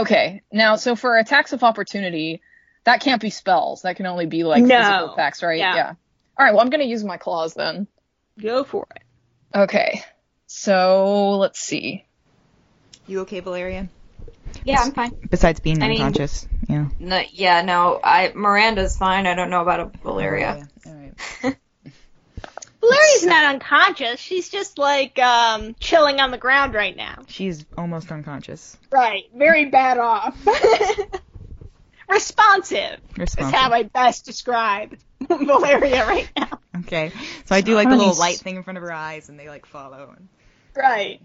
Speaker 6: Okay, now so for attacks of opportunity, that can't be spells. That can only be like
Speaker 4: No.
Speaker 6: physical attacks, right?
Speaker 4: Yeah.
Speaker 6: All right, well I'm gonna use my claws then.
Speaker 4: Go for it.
Speaker 6: Okay, so let's see.
Speaker 1: You okay, Valeria?
Speaker 5: Yeah, I'm fine.
Speaker 1: Besides being
Speaker 5: I mean-
Speaker 1: unconscious. Yeah.
Speaker 5: No, yeah, no, I Miranda's fine. I don't know about Valeria.
Speaker 1: All right.
Speaker 4: Valeria's not unconscious. She's just like um, chilling on the ground right now.
Speaker 1: She's almost unconscious.
Speaker 4: Right. Very bad off. Responsive is
Speaker 1: Responsive.
Speaker 4: how I best describe Valeria right now.
Speaker 1: Okay. So I do like the
Speaker 6: Honey,
Speaker 1: little
Speaker 6: s-
Speaker 1: light thing in front of her eyes and they like follow.
Speaker 4: Right.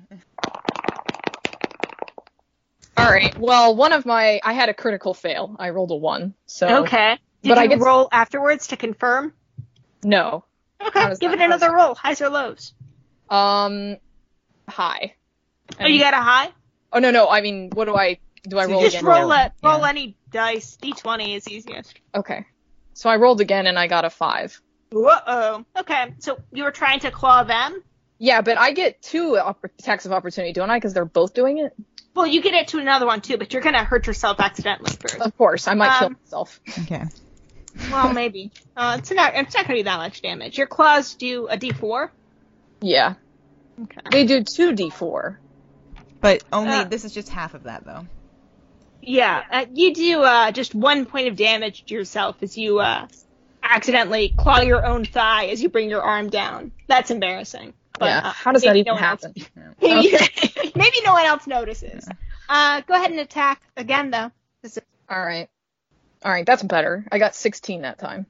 Speaker 6: All right. Well, one of my I had a critical fail. I rolled a one. So
Speaker 4: Okay. Did
Speaker 6: But
Speaker 4: you
Speaker 6: I guess-
Speaker 4: roll afterwards to confirm?
Speaker 6: no. How
Speaker 4: Okay.
Speaker 6: does
Speaker 4: Give
Speaker 6: that-
Speaker 4: it another roll. Highs or lows?
Speaker 6: Um, high.
Speaker 4: Oh, you got a high?
Speaker 6: Oh no no. I mean, what do I do? I
Speaker 1: So
Speaker 6: roll
Speaker 1: you
Speaker 4: Just
Speaker 6: again.
Speaker 4: roll
Speaker 1: yeah.
Speaker 4: it. Roll
Speaker 1: Yeah.
Speaker 4: any dice. D20 is easiest.
Speaker 6: Okay. So I rolled again and I got a five.
Speaker 4: Whoa. Okay. So you were trying to claw them?
Speaker 6: Yeah, but I get two opp- attacks of opportunity, don't I? Because they're both doing it.
Speaker 4: Well, you get it to another one too, but you're gonna hurt yourself accidentally first.
Speaker 6: Of course, I might kill
Speaker 4: Um,
Speaker 6: myself.
Speaker 1: Okay.
Speaker 4: Well, maybe. Uh, it's not. It's not gonna be that much damage. Your claws do a D4.
Speaker 6: Yeah.
Speaker 4: Okay.
Speaker 6: They do two d4.
Speaker 1: But only
Speaker 4: Uh,
Speaker 1: this is just half of that though.
Speaker 4: Yeah, uh, you do uh, just one point of damage to yourself as you uh, accidentally claw your own thigh as you bring your arm down. That's embarrassing. But,
Speaker 6: yeah.
Speaker 4: uh,
Speaker 6: How does that
Speaker 4: maybe
Speaker 6: even
Speaker 4: no one else-
Speaker 6: happen?
Speaker 4: Maybe, maybe no one else notices. Uh, go ahead and attack again, though.
Speaker 6: All right. All right. That's better. I got 16 that time.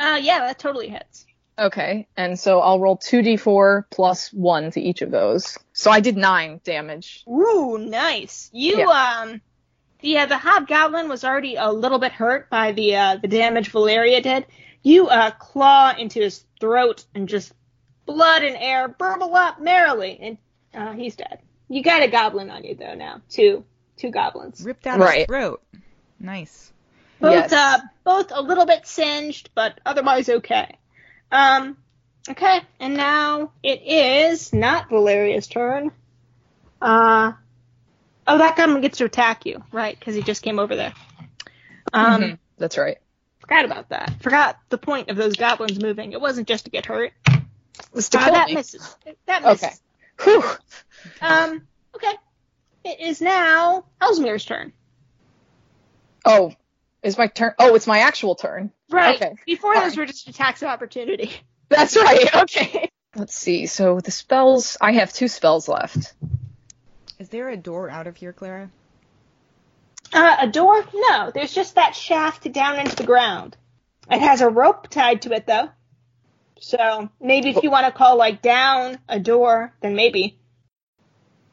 Speaker 4: Uh, yeah, that totally hits.
Speaker 6: Okay, and so I'll roll 2d4 plus 1 to each of those. So I did 9 damage.
Speaker 4: Ooh, nice. You um, yeah, the hobgoblin was already a little bit hurt by the uh, the damage Valeria did. You uh, claw into his throat and just blood and air burble up merrily, and uh, he's dead. You got a goblin on you though now, two two goblins,
Speaker 1: Ripped out his
Speaker 6: right.
Speaker 1: throat. Nice.
Speaker 4: both
Speaker 6: Yes.
Speaker 4: uh, both a little bit singed, but otherwise okay. Um, okay, and now it is not Valeria's turn. Uh, oh, that goblin gets to attack you, right? Because he just came over there. Um,
Speaker 6: Mhm, That's right.
Speaker 4: forgot about that. Forgot the point of those goblins moving. It wasn't just to get hurt.
Speaker 6: Was to
Speaker 4: Uh,
Speaker 6: kill
Speaker 4: that
Speaker 6: me.
Speaker 4: misses. That misses.
Speaker 6: Okay. Whew.
Speaker 4: Um, okay. It is now Elsmere's turn.
Speaker 6: Oh, is my turn? Oh, it's my actual turn.
Speaker 4: Right.
Speaker 6: Okay.
Speaker 4: Before
Speaker 6: All
Speaker 4: those were just attacks of opportunity.
Speaker 6: That's right. Okay. Let's see. So the spells, I have two spells left.
Speaker 1: Is there a door out of here, Clara?
Speaker 4: Uh, a door? No, there's just that shaft down into the ground. It has a rope tied to it, though. So maybe if you want to call like down a door, then maybe.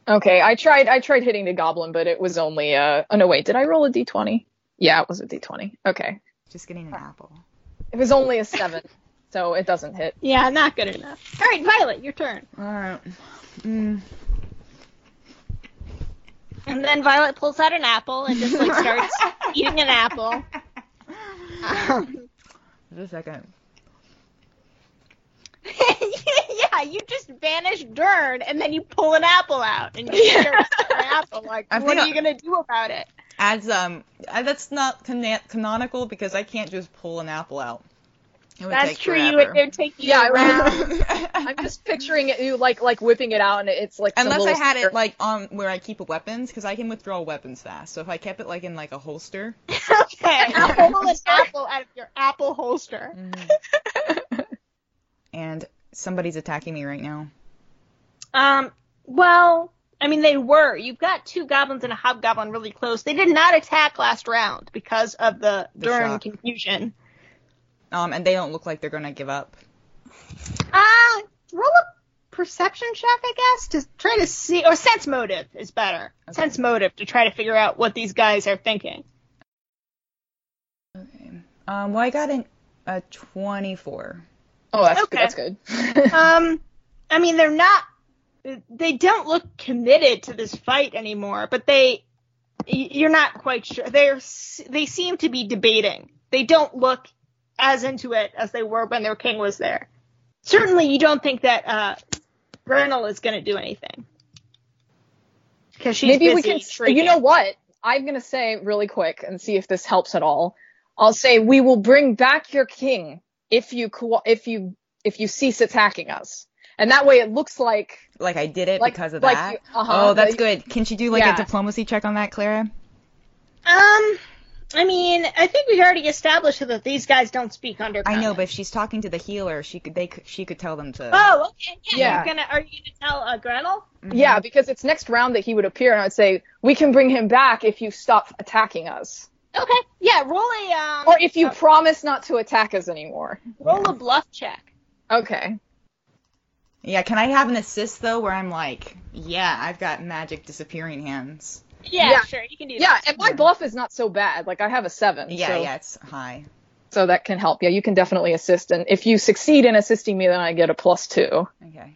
Speaker 6: Okay, I tried I tried hitting the goblin, but it was only uh Oh no, wait. Did I roll a d20? Yeah, it was a d20. Okay.
Speaker 1: Just getting an apple.
Speaker 6: It was only a 7, so it doesn't hit.
Speaker 4: Yeah, not good enough. All right, Violet, your turn.
Speaker 1: All right. Uh, Mm.
Speaker 4: And then Violet pulls out an apple and just like starts eating an apple.
Speaker 1: Just a second.
Speaker 4: yeah, you just vanish Dern, and then you pull an apple out, and you yeah. an apple. Like,
Speaker 1: I
Speaker 4: what
Speaker 1: think
Speaker 4: are
Speaker 1: I-
Speaker 4: you gonna do about it?
Speaker 1: As um, I, that's not cana- canonical because I can't just pull an apple out. It would
Speaker 4: That's
Speaker 1: take
Speaker 4: true. You would,
Speaker 1: Forever.
Speaker 4: it would take you
Speaker 6: Yeah, I would-
Speaker 4: around.
Speaker 6: I'm just picturing it you like like whipping it out and it's like some
Speaker 1: Unless I
Speaker 6: little
Speaker 1: had
Speaker 6: spear.
Speaker 1: it like on where I keep weapons, because I can withdraw weapons fast. So if I kept it like in like a holster,
Speaker 4: okay, now pull an apple out of your apple holster.
Speaker 1: and somebody's attacking me right now.
Speaker 4: Um, well, I mean, they were. You've got two goblins and a hobgoblin really close. They did not attack last round because of the,
Speaker 1: The
Speaker 4: Dern
Speaker 1: shock.
Speaker 4: confusion.
Speaker 1: Um, and they don't look like they're gonna give up.
Speaker 4: Uh, roll a perception check, I guess, to try to see, or sense motive is better. Sense motive to try to figure out what these guys are thinking.
Speaker 1: Um, well, I got an, a 24.
Speaker 6: Oh, that's
Speaker 4: Okay.
Speaker 6: good. That's good.
Speaker 4: um, I mean, they're not. They don't look committed to this fight anymore, but they. y- You're not quite sure. They're. s- They seem to be debating. They don't look as into it as they were when their king was there. Certainly, you don't think that uh, Vernal is going to do anything because she's
Speaker 6: Maybe we
Speaker 4: busy
Speaker 6: can.
Speaker 4: shrieking.
Speaker 6: You know what? I'm gonna say really quick and see if this helps at all. I'll say we will bring back your king if you co- if you if you cease attacking us, and that way it looks like
Speaker 1: Like I did it
Speaker 6: Like-
Speaker 1: because of
Speaker 6: like
Speaker 1: that.
Speaker 6: you- uh-huh,
Speaker 1: oh, that's
Speaker 6: like-
Speaker 1: good. Can she do like
Speaker 6: Yeah.
Speaker 1: a diplomacy check on that, Clara?
Speaker 4: Um, I mean, I think we've already established that these guys don't speak under.
Speaker 1: I know, but if she's talking to the healer, she could they could, she could tell them to.
Speaker 4: Oh, okay. Yeah.
Speaker 6: Yeah.
Speaker 4: You're gonna, are you gonna tell uh, Grenel?
Speaker 6: yeah, because it's next round that he would appear, and I'd say we can bring him back if you stop attacking us,
Speaker 4: Okay. Yeah. Roll a um.
Speaker 6: or if you
Speaker 4: uh,
Speaker 6: promise not to attack us anymore.
Speaker 4: roll a bluff check.
Speaker 6: Okay.
Speaker 1: Yeah, can I have an assist though, where I'm like, yeah, I've got magic disappearing hands.
Speaker 4: Yeah,
Speaker 6: Yeah.
Speaker 4: Sure. You can do
Speaker 6: Yeah,
Speaker 4: that.
Speaker 6: and my bluff is not so bad. Like I have a seven.
Speaker 1: Yeah,
Speaker 6: so,
Speaker 1: yeah, it's high.
Speaker 6: So that can help. Yeah, you can definitely assist, and if you succeed in assisting me, then I get a plus two.
Speaker 1: Okay.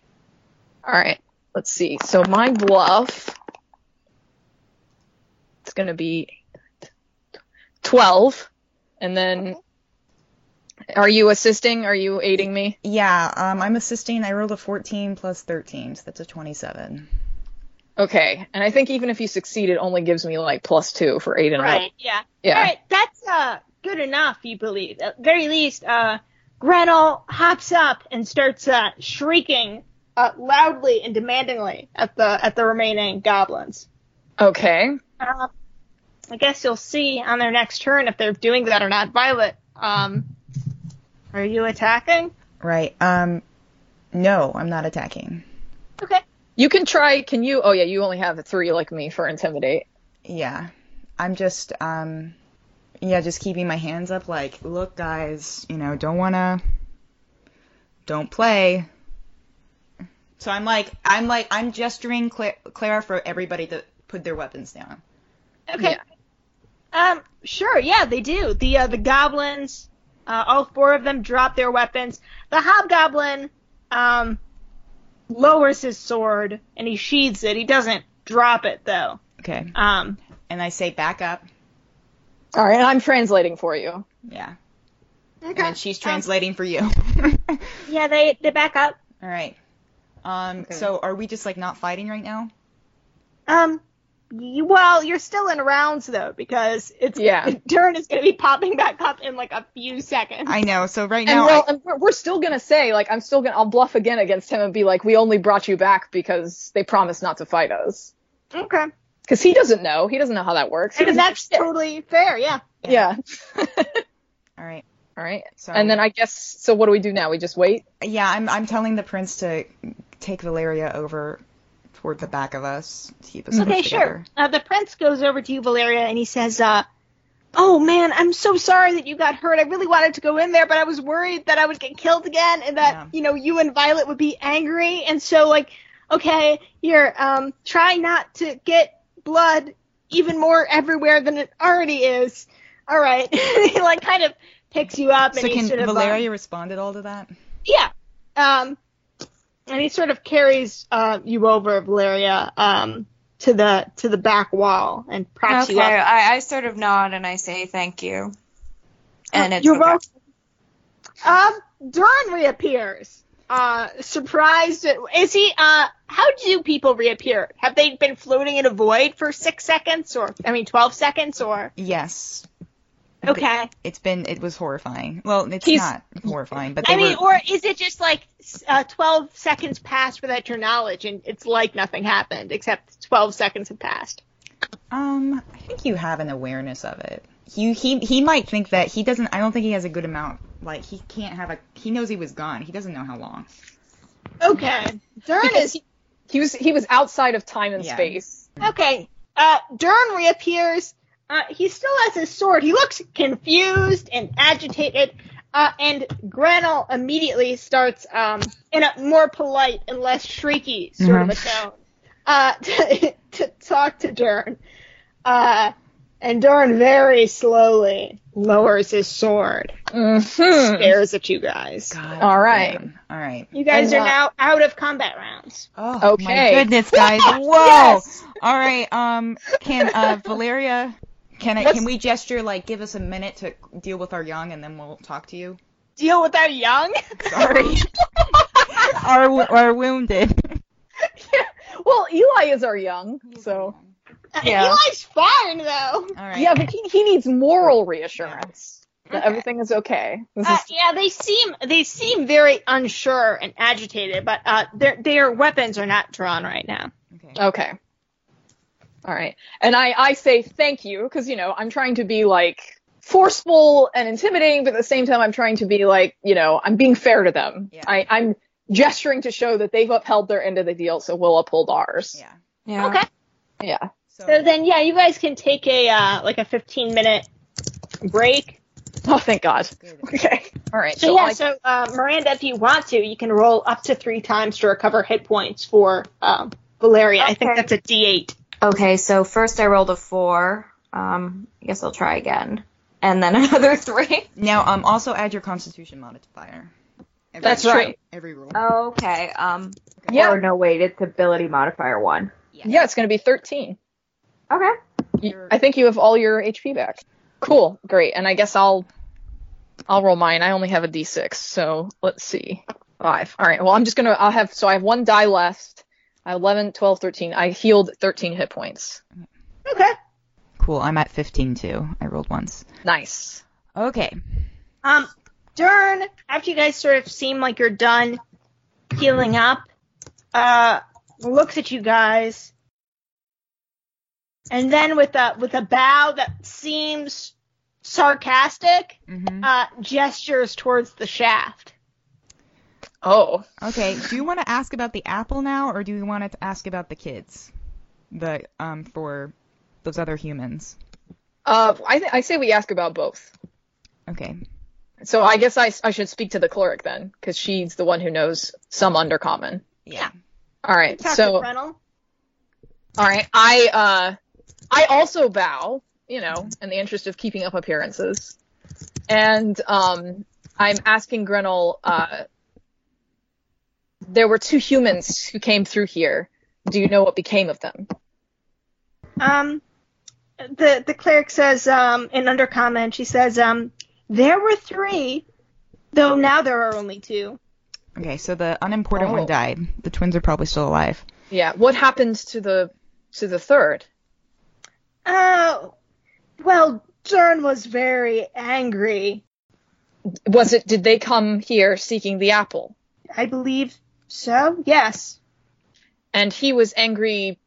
Speaker 6: All right, let's see. So my bluff, it's gonna be twelve, and then are you assisting? Are you aiding me?
Speaker 1: Yeah, um, I'm assisting. I rolled a 14 plus 13, so that's a 27.
Speaker 6: Okay, and I think even if you succeed, it only gives me like plus two for aid and help.
Speaker 4: Right. Yeah.
Speaker 6: Yeah.
Speaker 4: All right. That's uh good enough. You believe at very least. Uh, Grenel hops up and starts uh shrieking uh loudly and demandingly at the at the remaining goblins.
Speaker 6: Okay.
Speaker 4: Uh, I guess you'll see on their next turn if they're doing that or not. Violet, um, are you attacking?
Speaker 1: Right. Um, no, I'm not attacking.
Speaker 4: Okay.
Speaker 6: You can try. Can you? Oh yeah, you only have a three like me for intimidate.
Speaker 1: Yeah, I'm just um, yeah, just keeping my hands up. Like, look, guys, you know, don't wanna, don't play. So I'm like, I'm like, I'm gesturing Cla- Clara for everybody to put their weapons down.
Speaker 4: Okay. Um, sure. Yeah, they do. The uh, the goblins, uh, all four of them drop their weapons. The hobgoblin, um, lowers his sword and he sheathes it. He doesn't drop it though.
Speaker 1: Okay.
Speaker 4: Um,
Speaker 1: And I say, back up.
Speaker 6: All right, and I'm translating for you.
Speaker 1: Yeah.
Speaker 4: okay.
Speaker 1: And then
Speaker 6: Um,
Speaker 1: she's translating for you.
Speaker 4: yeah, they they back up.
Speaker 1: All right. Um, so are we just like not fighting right now?
Speaker 4: Um, y well, you're still in rounds though because it's
Speaker 6: Yeah.
Speaker 4: the turn is gonna be popping back up in like a few seconds.
Speaker 1: I know. So right
Speaker 6: And
Speaker 1: now,
Speaker 6: well, um
Speaker 1: I-
Speaker 6: and we're, we're still gonna say like I'm still gonna I'll bluff again against him and be like we only brought you back because they promised not to fight us
Speaker 4: Okay.
Speaker 6: because he doesn't know he doesn't know how that works. He
Speaker 4: And
Speaker 6: doesn't-
Speaker 4: that's totally fair. Yeah.
Speaker 6: yeah.
Speaker 1: all right.
Speaker 6: All right.
Speaker 1: So
Speaker 6: And then I guess so. What do we do now? We just wait.
Speaker 1: Yeah, I'm I'm telling the prince to take Valeria over toward the back of us to keep us close
Speaker 4: Okay,
Speaker 1: together.
Speaker 4: sure. Uh, the prince goes over to you, Valeria, and he says, uh, "Oh man, I'm so sorry that you got hurt. I really wanted to go in there, but I was worried that I would get killed again, and that
Speaker 1: Yeah.
Speaker 4: you know you and Violet would be angry. And so, like, okay, here, um, try not to get blood even more everywhere than it already is. All right." he like kind of picks you up, and
Speaker 1: So
Speaker 4: he
Speaker 1: can
Speaker 4: sort of, um,
Speaker 1: Valeria respond at all to that?
Speaker 4: yeah. Um, and he sort of carries uh, you over, Valeria, um, to the to the back wall and props
Speaker 5: Okay,
Speaker 4: you up. Uh,
Speaker 5: I, I sort of nod and I say thank you. And it's
Speaker 4: You're
Speaker 5: okay.
Speaker 4: welcome. Um, Duran reappears. Uh, surprised at is he? Uh, how do people reappear? Have they been floating in a void for six seconds, or I mean, twelve seconds, or
Speaker 1: Yes.
Speaker 4: okay?
Speaker 1: It's been it was horrifying. Well, it's
Speaker 6: He's-
Speaker 1: not horrifying, but they
Speaker 4: I mean,
Speaker 1: were,
Speaker 4: or is it just like s- uh, twelve seconds passed without your knowledge, and it's like nothing happened except twelve seconds have passed?
Speaker 1: um I think you have an awareness of it. You he he might think that he doesn't I don't think he has a good amount like he can't have a he knows he was gone. He doesn't know how long.
Speaker 4: Okay. Dern
Speaker 6: Because
Speaker 4: is
Speaker 6: he, he was he was outside of time and
Speaker 1: Yeah.
Speaker 6: space.
Speaker 4: okay. Uh, Dern reappears. Uh, he still has his sword. He looks confused and agitated. Uh, and Granel immediately starts um, in a more polite and less shrieky sort of a tone uh, to, to talk to Dern. Uh, and Dern very slowly lowers his sword,
Speaker 6: Mhm.
Speaker 4: stares at you guys.
Speaker 1: God
Speaker 6: All right.
Speaker 1: damn. All right.
Speaker 4: You guys
Speaker 6: And,
Speaker 4: are
Speaker 6: uh,
Speaker 4: now out of combat rounds.
Speaker 1: Oh
Speaker 6: Okay.
Speaker 1: my goodness, guys! Whoa! All right. Um, can uh Valeria? Can I?
Speaker 6: Let's-
Speaker 1: Can we gesture like give us a minute to deal with our young, and then we'll talk to you?
Speaker 4: Deal with our young.
Speaker 1: Sorry. our our wounded.
Speaker 6: Well, Eli is our young, so Yeah.
Speaker 4: Eli's fine though.
Speaker 1: All right.
Speaker 6: yeah, but he, he needs moral reassurance that
Speaker 4: Okay.
Speaker 6: everything is okay. This
Speaker 4: Uh,
Speaker 6: is
Speaker 4: yeah, they seem they seem very unsure and agitated, but uh, their their weapons are not drawn right now.
Speaker 1: Okay.
Speaker 6: Okay. All right. And I, I say thank you because, you know, I'm trying to be like forceful and intimidating, but at the same time, I'm trying to be like, you know, I'm being fair to them.
Speaker 1: Yeah.
Speaker 6: I, I'm gesturing to show that they've upheld their end of the deal, so we'll uphold ours.
Speaker 1: Yeah.
Speaker 5: Yeah.
Speaker 4: Okay.
Speaker 6: Yeah.
Speaker 1: So,
Speaker 4: So then, yeah, you guys can take a uh, like a fifteen minute break.
Speaker 6: Oh, thank God.
Speaker 1: good.
Speaker 6: Okay. All right.
Speaker 4: So,
Speaker 6: So,
Speaker 4: yeah,
Speaker 6: I,
Speaker 4: so uh, Miranda, if you want to, you can roll up to three times to recover hit points for um, Valeria. I think
Speaker 5: Okay.
Speaker 4: that's a D eight.
Speaker 5: Okay, so first I rolled a four. Um, I guess I'll try again. And then another three.
Speaker 1: Now, um, also add your Constitution modifier. Every,
Speaker 6: That's right.
Speaker 1: Every rule.
Speaker 5: Okay, um,
Speaker 6: yeah.
Speaker 5: or no, wait, it's ability modifier one.
Speaker 6: Yeah, it's going to be 13.
Speaker 5: Okay.
Speaker 6: You- I think you have all your HP back. Cool. Great. And I guess I'll I'll roll mine. I only have a d6, so let's see. 5. All right. Well, I'm just going to I'll have so I have one die left. I have 11, 12, 13. I healed 13 hit points.
Speaker 4: Okay.
Speaker 1: Cool. I'm at 15 too. I rolled once.
Speaker 6: Nice.
Speaker 1: Okay.
Speaker 4: Um, Dern, after you guys sort of seem like you're done healing up, uh, looks at you guys, and then with a with a bow that seems sarcastic,
Speaker 1: hmm
Speaker 4: uh, gestures towards the shaft.
Speaker 6: Oh.
Speaker 1: Okay. Do you want to ask about the apple now, or do you want to ask about the kids, the um for those other humans?
Speaker 6: Uh I th- I say we ask about both.
Speaker 1: Okay.
Speaker 6: So I guess I, s- I should speak to the cleric then cuz she's the one who knows some undercommon.
Speaker 1: Yeah.
Speaker 6: All right.
Speaker 4: Talk
Speaker 6: So
Speaker 4: to Frenel.
Speaker 6: All right. I uh I also bow, you know, in the interest of keeping up appearances. And um I'm asking Grenell uh there were two humans who came through here. Do you know what became of them?
Speaker 4: Um, the the cleric says um, in undercommon, she says um, there were three, though now there are only two.
Speaker 1: Okay. So the unimportant
Speaker 6: Oh.
Speaker 1: one died. The twins are probably still alive.
Speaker 6: Yeah, what happened to the to the third?
Speaker 4: Oh, well, Dern was very angry.
Speaker 6: Was it did they come here seeking the apple?
Speaker 4: I believe so. Yes.
Speaker 6: And he was angry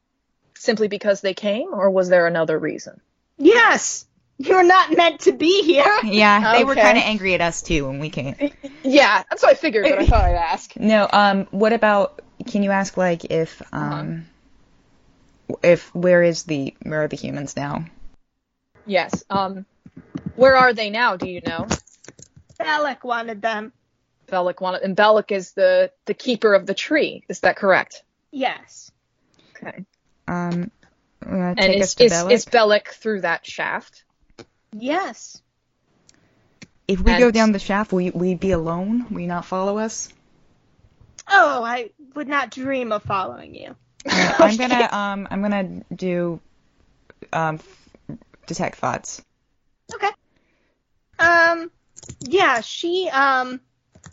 Speaker 6: simply because they came or was there another reason?
Speaker 4: Yes. You're not meant to be here.
Speaker 1: Yeah. They were
Speaker 6: Okay.
Speaker 1: kind of angry at us too when we came.
Speaker 6: Yeah, that's what I figured, but I thought I'd ask.
Speaker 1: No, um, what about, can you ask, like, if,
Speaker 6: Uh-huh.
Speaker 1: um, if, where is the, where are the humans now?
Speaker 6: Yes. Um, where are they now? Do you know?
Speaker 4: Alec wanted them.
Speaker 6: Belloc one, and Belloc is the the keeper of the tree. Is that correct?
Speaker 4: Yes.
Speaker 6: Okay.
Speaker 1: Um, uh,
Speaker 6: And
Speaker 1: take us
Speaker 6: is
Speaker 1: to
Speaker 6: is,
Speaker 1: Bellic.
Speaker 6: is Belloc through that shaft?
Speaker 4: Yes.
Speaker 1: if we go
Speaker 6: and-
Speaker 1: down the shaft, will you, will you be alone? Will you not follow us?
Speaker 4: Oh, I would not dream of following you.
Speaker 1: Uh, I'm gonna, um, I'm gonna do, um, f- detect thoughts.
Speaker 4: Okay. Um, yeah, she, um,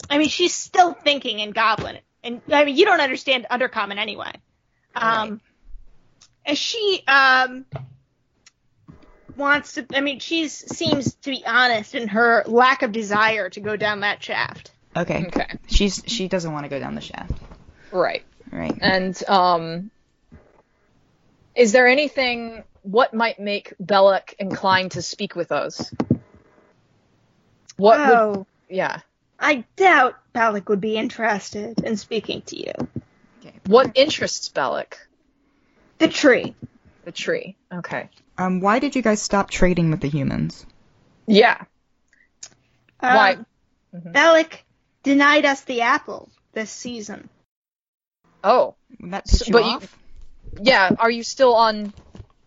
Speaker 4: I mean, she's still thinking in Goblin. And, I mean, you don't understand Undercommon anyway. Um, and she, um, wants to, I mean, she's, seems to be honest in her lack of desire to go down that shaft.
Speaker 1: Okay.
Speaker 6: Okay.
Speaker 1: She's, she doesn't want to go down the shaft.
Speaker 6: Right.
Speaker 1: Right.
Speaker 6: And um, is there anything what might make Belloc inclined to speak with us? What? Would,
Speaker 4: oh,
Speaker 6: yeah.
Speaker 4: I doubt Balak would be interested in speaking to you.
Speaker 6: What interests Belloc?
Speaker 4: The tree.
Speaker 6: The tree. Okay.
Speaker 1: Um, why did you guys stop trading with the humans?
Speaker 6: Yeah.
Speaker 4: Um,
Speaker 6: Why?
Speaker 4: Bellic denied us the apple this season.
Speaker 6: Oh,
Speaker 1: Would that
Speaker 6: So-
Speaker 1: piss you
Speaker 6: but you-
Speaker 1: off?
Speaker 6: yeah. Are you still on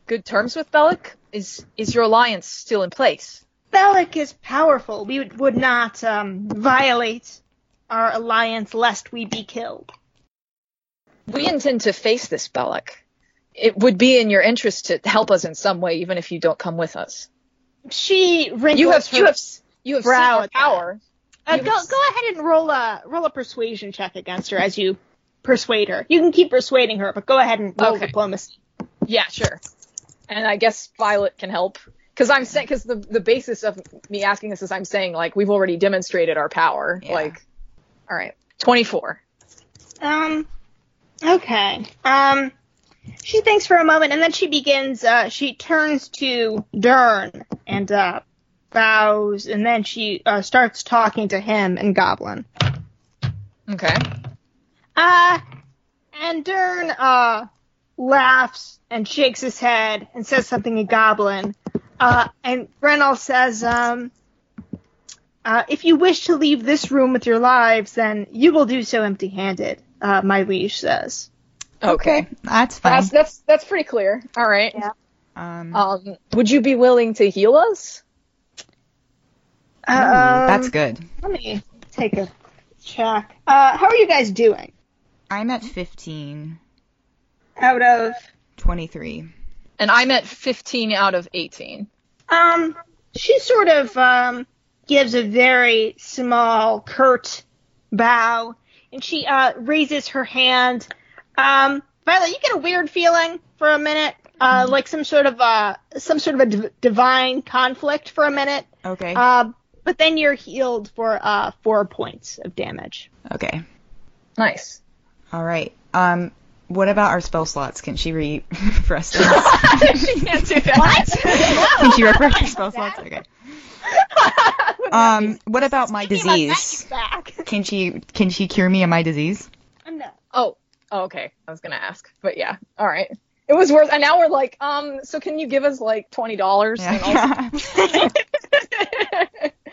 Speaker 6: good terms with Bellic? Is is your alliance still in place?
Speaker 4: Bellic is powerful. We would, would not um, violate our alliance lest we be killed.
Speaker 6: We intend to face this Bellic. It would be in your interest to help us in some way, even if you don't come with us.
Speaker 4: She wrinkles
Speaker 6: You have
Speaker 4: her
Speaker 6: you have s- you have seen
Speaker 4: brow
Speaker 6: our
Speaker 4: at that.
Speaker 6: power.
Speaker 4: Uh,
Speaker 6: You
Speaker 4: go
Speaker 6: have-
Speaker 4: go ahead and roll a roll a persuasion check against her as you persuade her. You can keep persuading her, but go ahead and roll
Speaker 6: Okay.
Speaker 4: diplomacy.
Speaker 6: Yeah, sure. And I guess Violet can help because I'm saying because the the basis of me asking this is I'm saying like we've already demonstrated our power.
Speaker 1: Yeah.
Speaker 6: Like, all right, 24.
Speaker 4: Um, okay. Um, she thinks for a moment, and then she begins. Uh, she turns to Dern and uh, bows, and then she uh, starts talking to him and Goblin.
Speaker 6: Okay.
Speaker 4: Uh, and Dern uh, laughs and shakes his head and says something in Goblin. Uh, and Brennell says, um, uh, if you wish to leave this room with your lives, then you will do so empty handed, uh, my liege says.
Speaker 6: Okay.
Speaker 1: That's fine.
Speaker 6: That's that's that's pretty clear. All right.
Speaker 4: Yeah.
Speaker 1: um,
Speaker 6: Um, would you be willing to heal us?
Speaker 4: Um,
Speaker 1: ooh, that's good.
Speaker 4: Let me take a check. Uh, how are you guys doing?
Speaker 1: I'm at 15,
Speaker 4: Out of.
Speaker 1: 23.
Speaker 6: And I'm at 15 out of 18.
Speaker 4: Um, she sort of um, gives a very small, curt bow, and she uh, raises her hand. Um, Violet, you get a weird feeling for a minute, uh,
Speaker 1: Mm-hmm.
Speaker 4: like some sort of uh, some sort of a div- divine conflict for a minute.
Speaker 1: Okay.
Speaker 4: Uh, but then you're healed for uh, four points of damage.
Speaker 1: okay.
Speaker 6: Nice.
Speaker 1: All right. Um, what about our spell slots? Can she re- refresh those?
Speaker 6: she can't do that.
Speaker 1: Can she refresh her spell slots? Okay. Um, what about my disease?
Speaker 4: Back.
Speaker 1: Can she can she cure me of my disease?
Speaker 4: I'm not.
Speaker 6: oh, oh, okay. I was gonna ask, but yeah. All right. It was worth. And now we're like, um. So can you give us like twenty dollars?
Speaker 1: Yeah.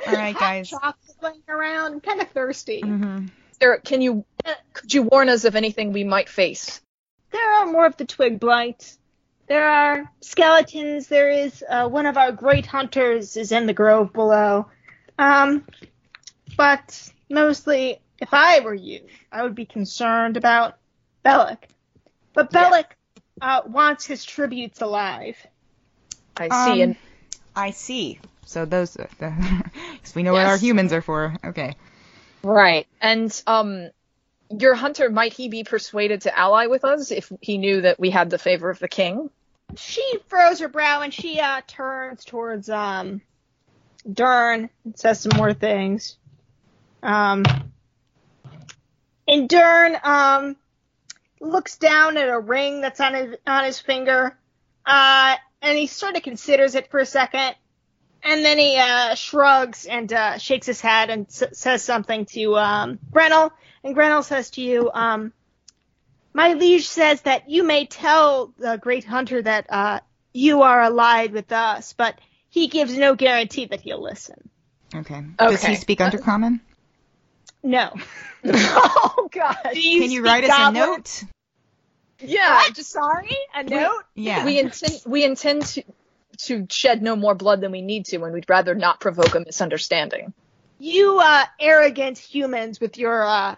Speaker 1: All right, guys.
Speaker 4: Chocolate laying around. I'm kind of thirsty.
Speaker 1: hmm
Speaker 6: there can you could you warn us of anything we might face
Speaker 4: there are more of the twig blight. There are skeletons. There is uh, one of our great hunters is in the grove below. Um, but mostly, if I were you, I would be concerned about Bellic. But Bellic uh, wants his tributes alive.
Speaker 6: i see
Speaker 1: Um,
Speaker 6: and
Speaker 1: I see. So those, because we know what our
Speaker 6: Yes.
Speaker 1: humans are for. Okay.
Speaker 6: right and um your hunter might he be persuaded to ally with us if he knew that we had the favor of the king
Speaker 4: She froze her brow and she uh, turns towards um, Dern and says some more things. Um, and Dern um, looks down at a ring that's on his on his finger, uh, and he sort of considers it for a second, and then he uh, shrugs and uh, shakes his head and s- says something to um, Brennel, and Brennel says to you. Um, my liege says that you may tell the great hunter that uh, you are allied with us, but he gives no guarantee that he'll listen.
Speaker 1: Okay. Does he
Speaker 6: Okay.
Speaker 1: speak undercommon?
Speaker 4: No.
Speaker 6: oh god
Speaker 4: Do you
Speaker 1: Can you
Speaker 4: speak
Speaker 1: write us a
Speaker 4: goblin?
Speaker 1: note?
Speaker 6: yeah just
Speaker 4: Sorry, a note.
Speaker 1: Yeah.
Speaker 6: we intend we intend to to shed no more blood than we need to and we'd rather not provoke a misunderstanding
Speaker 4: You uh, arrogant humans with your uh,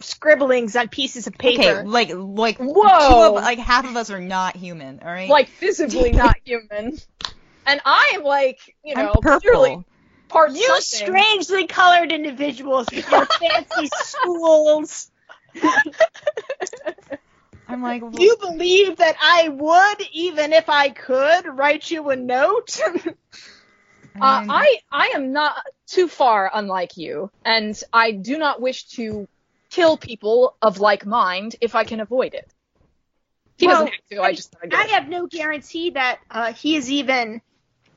Speaker 4: scribblings on pieces of paper.
Speaker 1: okay. Like like two
Speaker 6: Whoa.
Speaker 1: of, like half of us are not human. All right.
Speaker 6: like visibly not human and i'm like you
Speaker 1: I'm
Speaker 6: know
Speaker 1: purple.
Speaker 6: purely part
Speaker 4: You
Speaker 6: something.
Speaker 4: strangely colored individuals with your fancy schools.
Speaker 1: I'm like. well,
Speaker 4: You believe that I would, even if I could, write you a note?
Speaker 6: Uh,
Speaker 1: mean-
Speaker 6: I I am not too far unlike you, and I do not wish to kill people of like mind if I can avoid it. He
Speaker 4: Well,
Speaker 6: doesn't have to. I just thought I'd do
Speaker 4: I
Speaker 6: it.
Speaker 4: have no guarantee that uh, he is even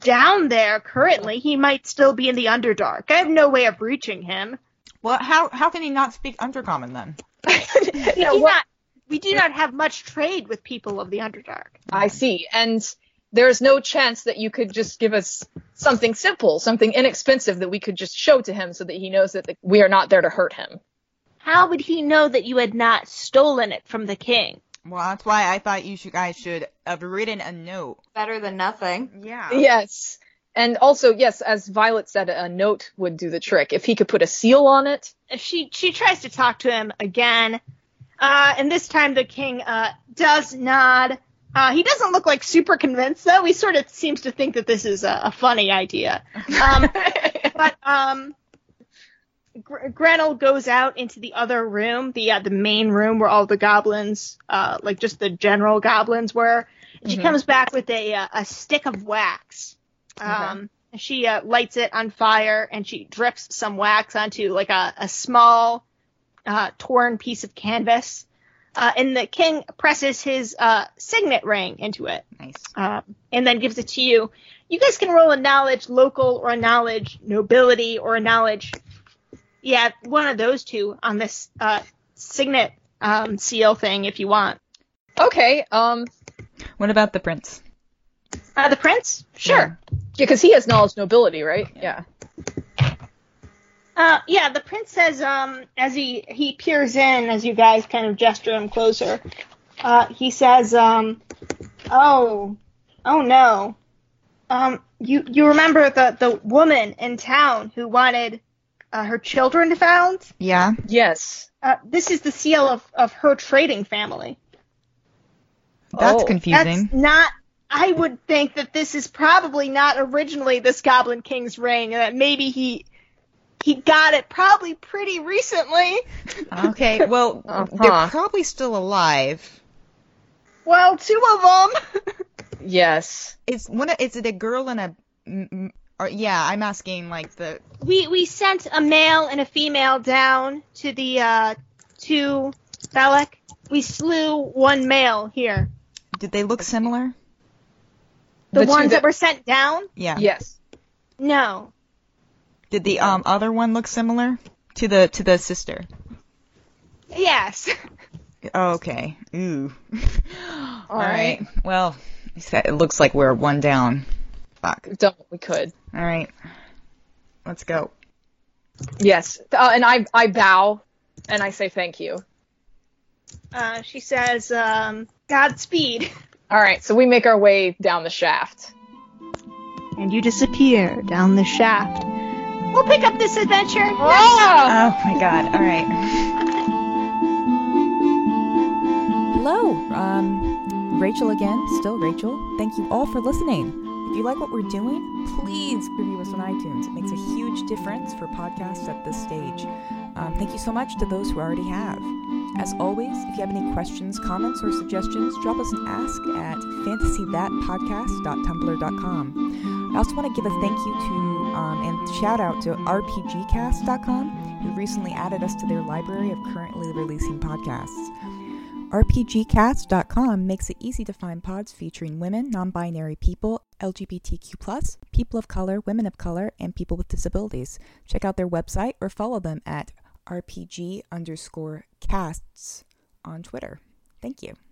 Speaker 4: down there currently. He might still be in the Underdark. I have no way of reaching him.
Speaker 1: Well, how how can he not speak undercommon then?
Speaker 4: We
Speaker 6: No,
Speaker 4: do
Speaker 6: what-
Speaker 4: not. We do not have much trade with people of the Underdark.
Speaker 6: I see. And there's no chance that you could just give us something simple, something inexpensive that we could just show to him so that he knows that the, we are not there to hurt him.
Speaker 4: How would he know that you had not stolen it from the king?
Speaker 1: Well, that's why I thought you should, guys should have written a note.
Speaker 5: Better than nothing.
Speaker 1: Yeah.
Speaker 6: Yes. And also, yes, as Violet said, a note would do the trick. If he could put a seal on it,
Speaker 4: She she tries to talk to him again, uh, and this time the king uh, does nod. Uh, he doesn't look like super convinced though. He sort of seems to think that this is a, a funny idea. Um, but um, Gr- Grenell goes out into the other room, the uh, the main room where all the goblins, uh, like just the general goblins were. And She
Speaker 6: Mhm.
Speaker 4: comes back with a uh, a stick of wax. Um, and She uh, lights it on fire and she drips some wax onto like a, a small uh, torn piece of canvas. Uh, and the king presses his uh, signet ring into it
Speaker 1: Nice.
Speaker 4: um, and then gives it to you. You guys can roll a knowledge local or a knowledge nobility or a knowledge, yeah, one of those two on this uh, signet um, seal thing if you want.
Speaker 6: okay. Um,
Speaker 1: What about the prince?
Speaker 4: Uh, the prince, sure.
Speaker 6: because he has knowledge nobility, right? Yeah.
Speaker 4: Uh, yeah, the prince says um, as he he peers in as you guys kind of gesture him closer. Uh, he says, um, "Oh, oh no, um, you you remember the the woman in town who wanted uh, her children found?"
Speaker 1: Yeah.
Speaker 6: Yes.
Speaker 4: Uh, this is the seal of, of her trading family.
Speaker 1: That's
Speaker 6: Oh.
Speaker 1: confusing.
Speaker 4: That's not. I would think that this is probably not originally this Goblin King's ring, and that maybe he he got it probably pretty recently.
Speaker 1: Okay. Well,
Speaker 6: Uh-huh.
Speaker 1: they're probably still alive.
Speaker 4: Well, two of them.
Speaker 6: Yes.
Speaker 1: It's one. Of, is it a girl and a? m- m- Or, yeah, I'm asking like the.
Speaker 4: we we sent a male and a female down to the uh to Belek. We slew one male here.
Speaker 1: Did they look similar?
Speaker 4: The,
Speaker 6: two
Speaker 4: ones that were sent down?
Speaker 1: Yeah.
Speaker 6: Yes.
Speaker 4: No.
Speaker 1: Did the um other one look similar to the to the sister?
Speaker 4: Yes.
Speaker 1: Okay. Ooh. All
Speaker 6: right.
Speaker 1: right. Well, he said- it looks like we're one down. Fuck.
Speaker 6: Don't we could.
Speaker 1: All right. Let's go.
Speaker 6: Yes. Uh, and I I bow and I say thank you.
Speaker 4: Uh, she says, um, Godspeed.
Speaker 6: All right. So we make our way down the shaft.
Speaker 4: and you disappear down the shaft. We'll pick up this adventure.
Speaker 1: Oh my god. All right.
Speaker 8: Hello, um, Rachel again, still Rachel. Thank you all for listening. If you like what we're doing, please review us on iTunes. It makes a huge difference for podcasts at this stage. Um, thank you so much to those who already have. As always, if you have any questions, comments, or suggestions, drop us an ask at fantasythatpodcast.tumblr.com. I also want to give a thank you to um, and shout out to RPGcast.com, who recently added us to their library of currently releasing podcasts. RPGcast.com makes it easy to find pods featuring women, non binary people, LGBTQ, people of color, women of color, and people with disabilities. Check out their website or follow them at RPG underscore casts on Twitter. Thank you.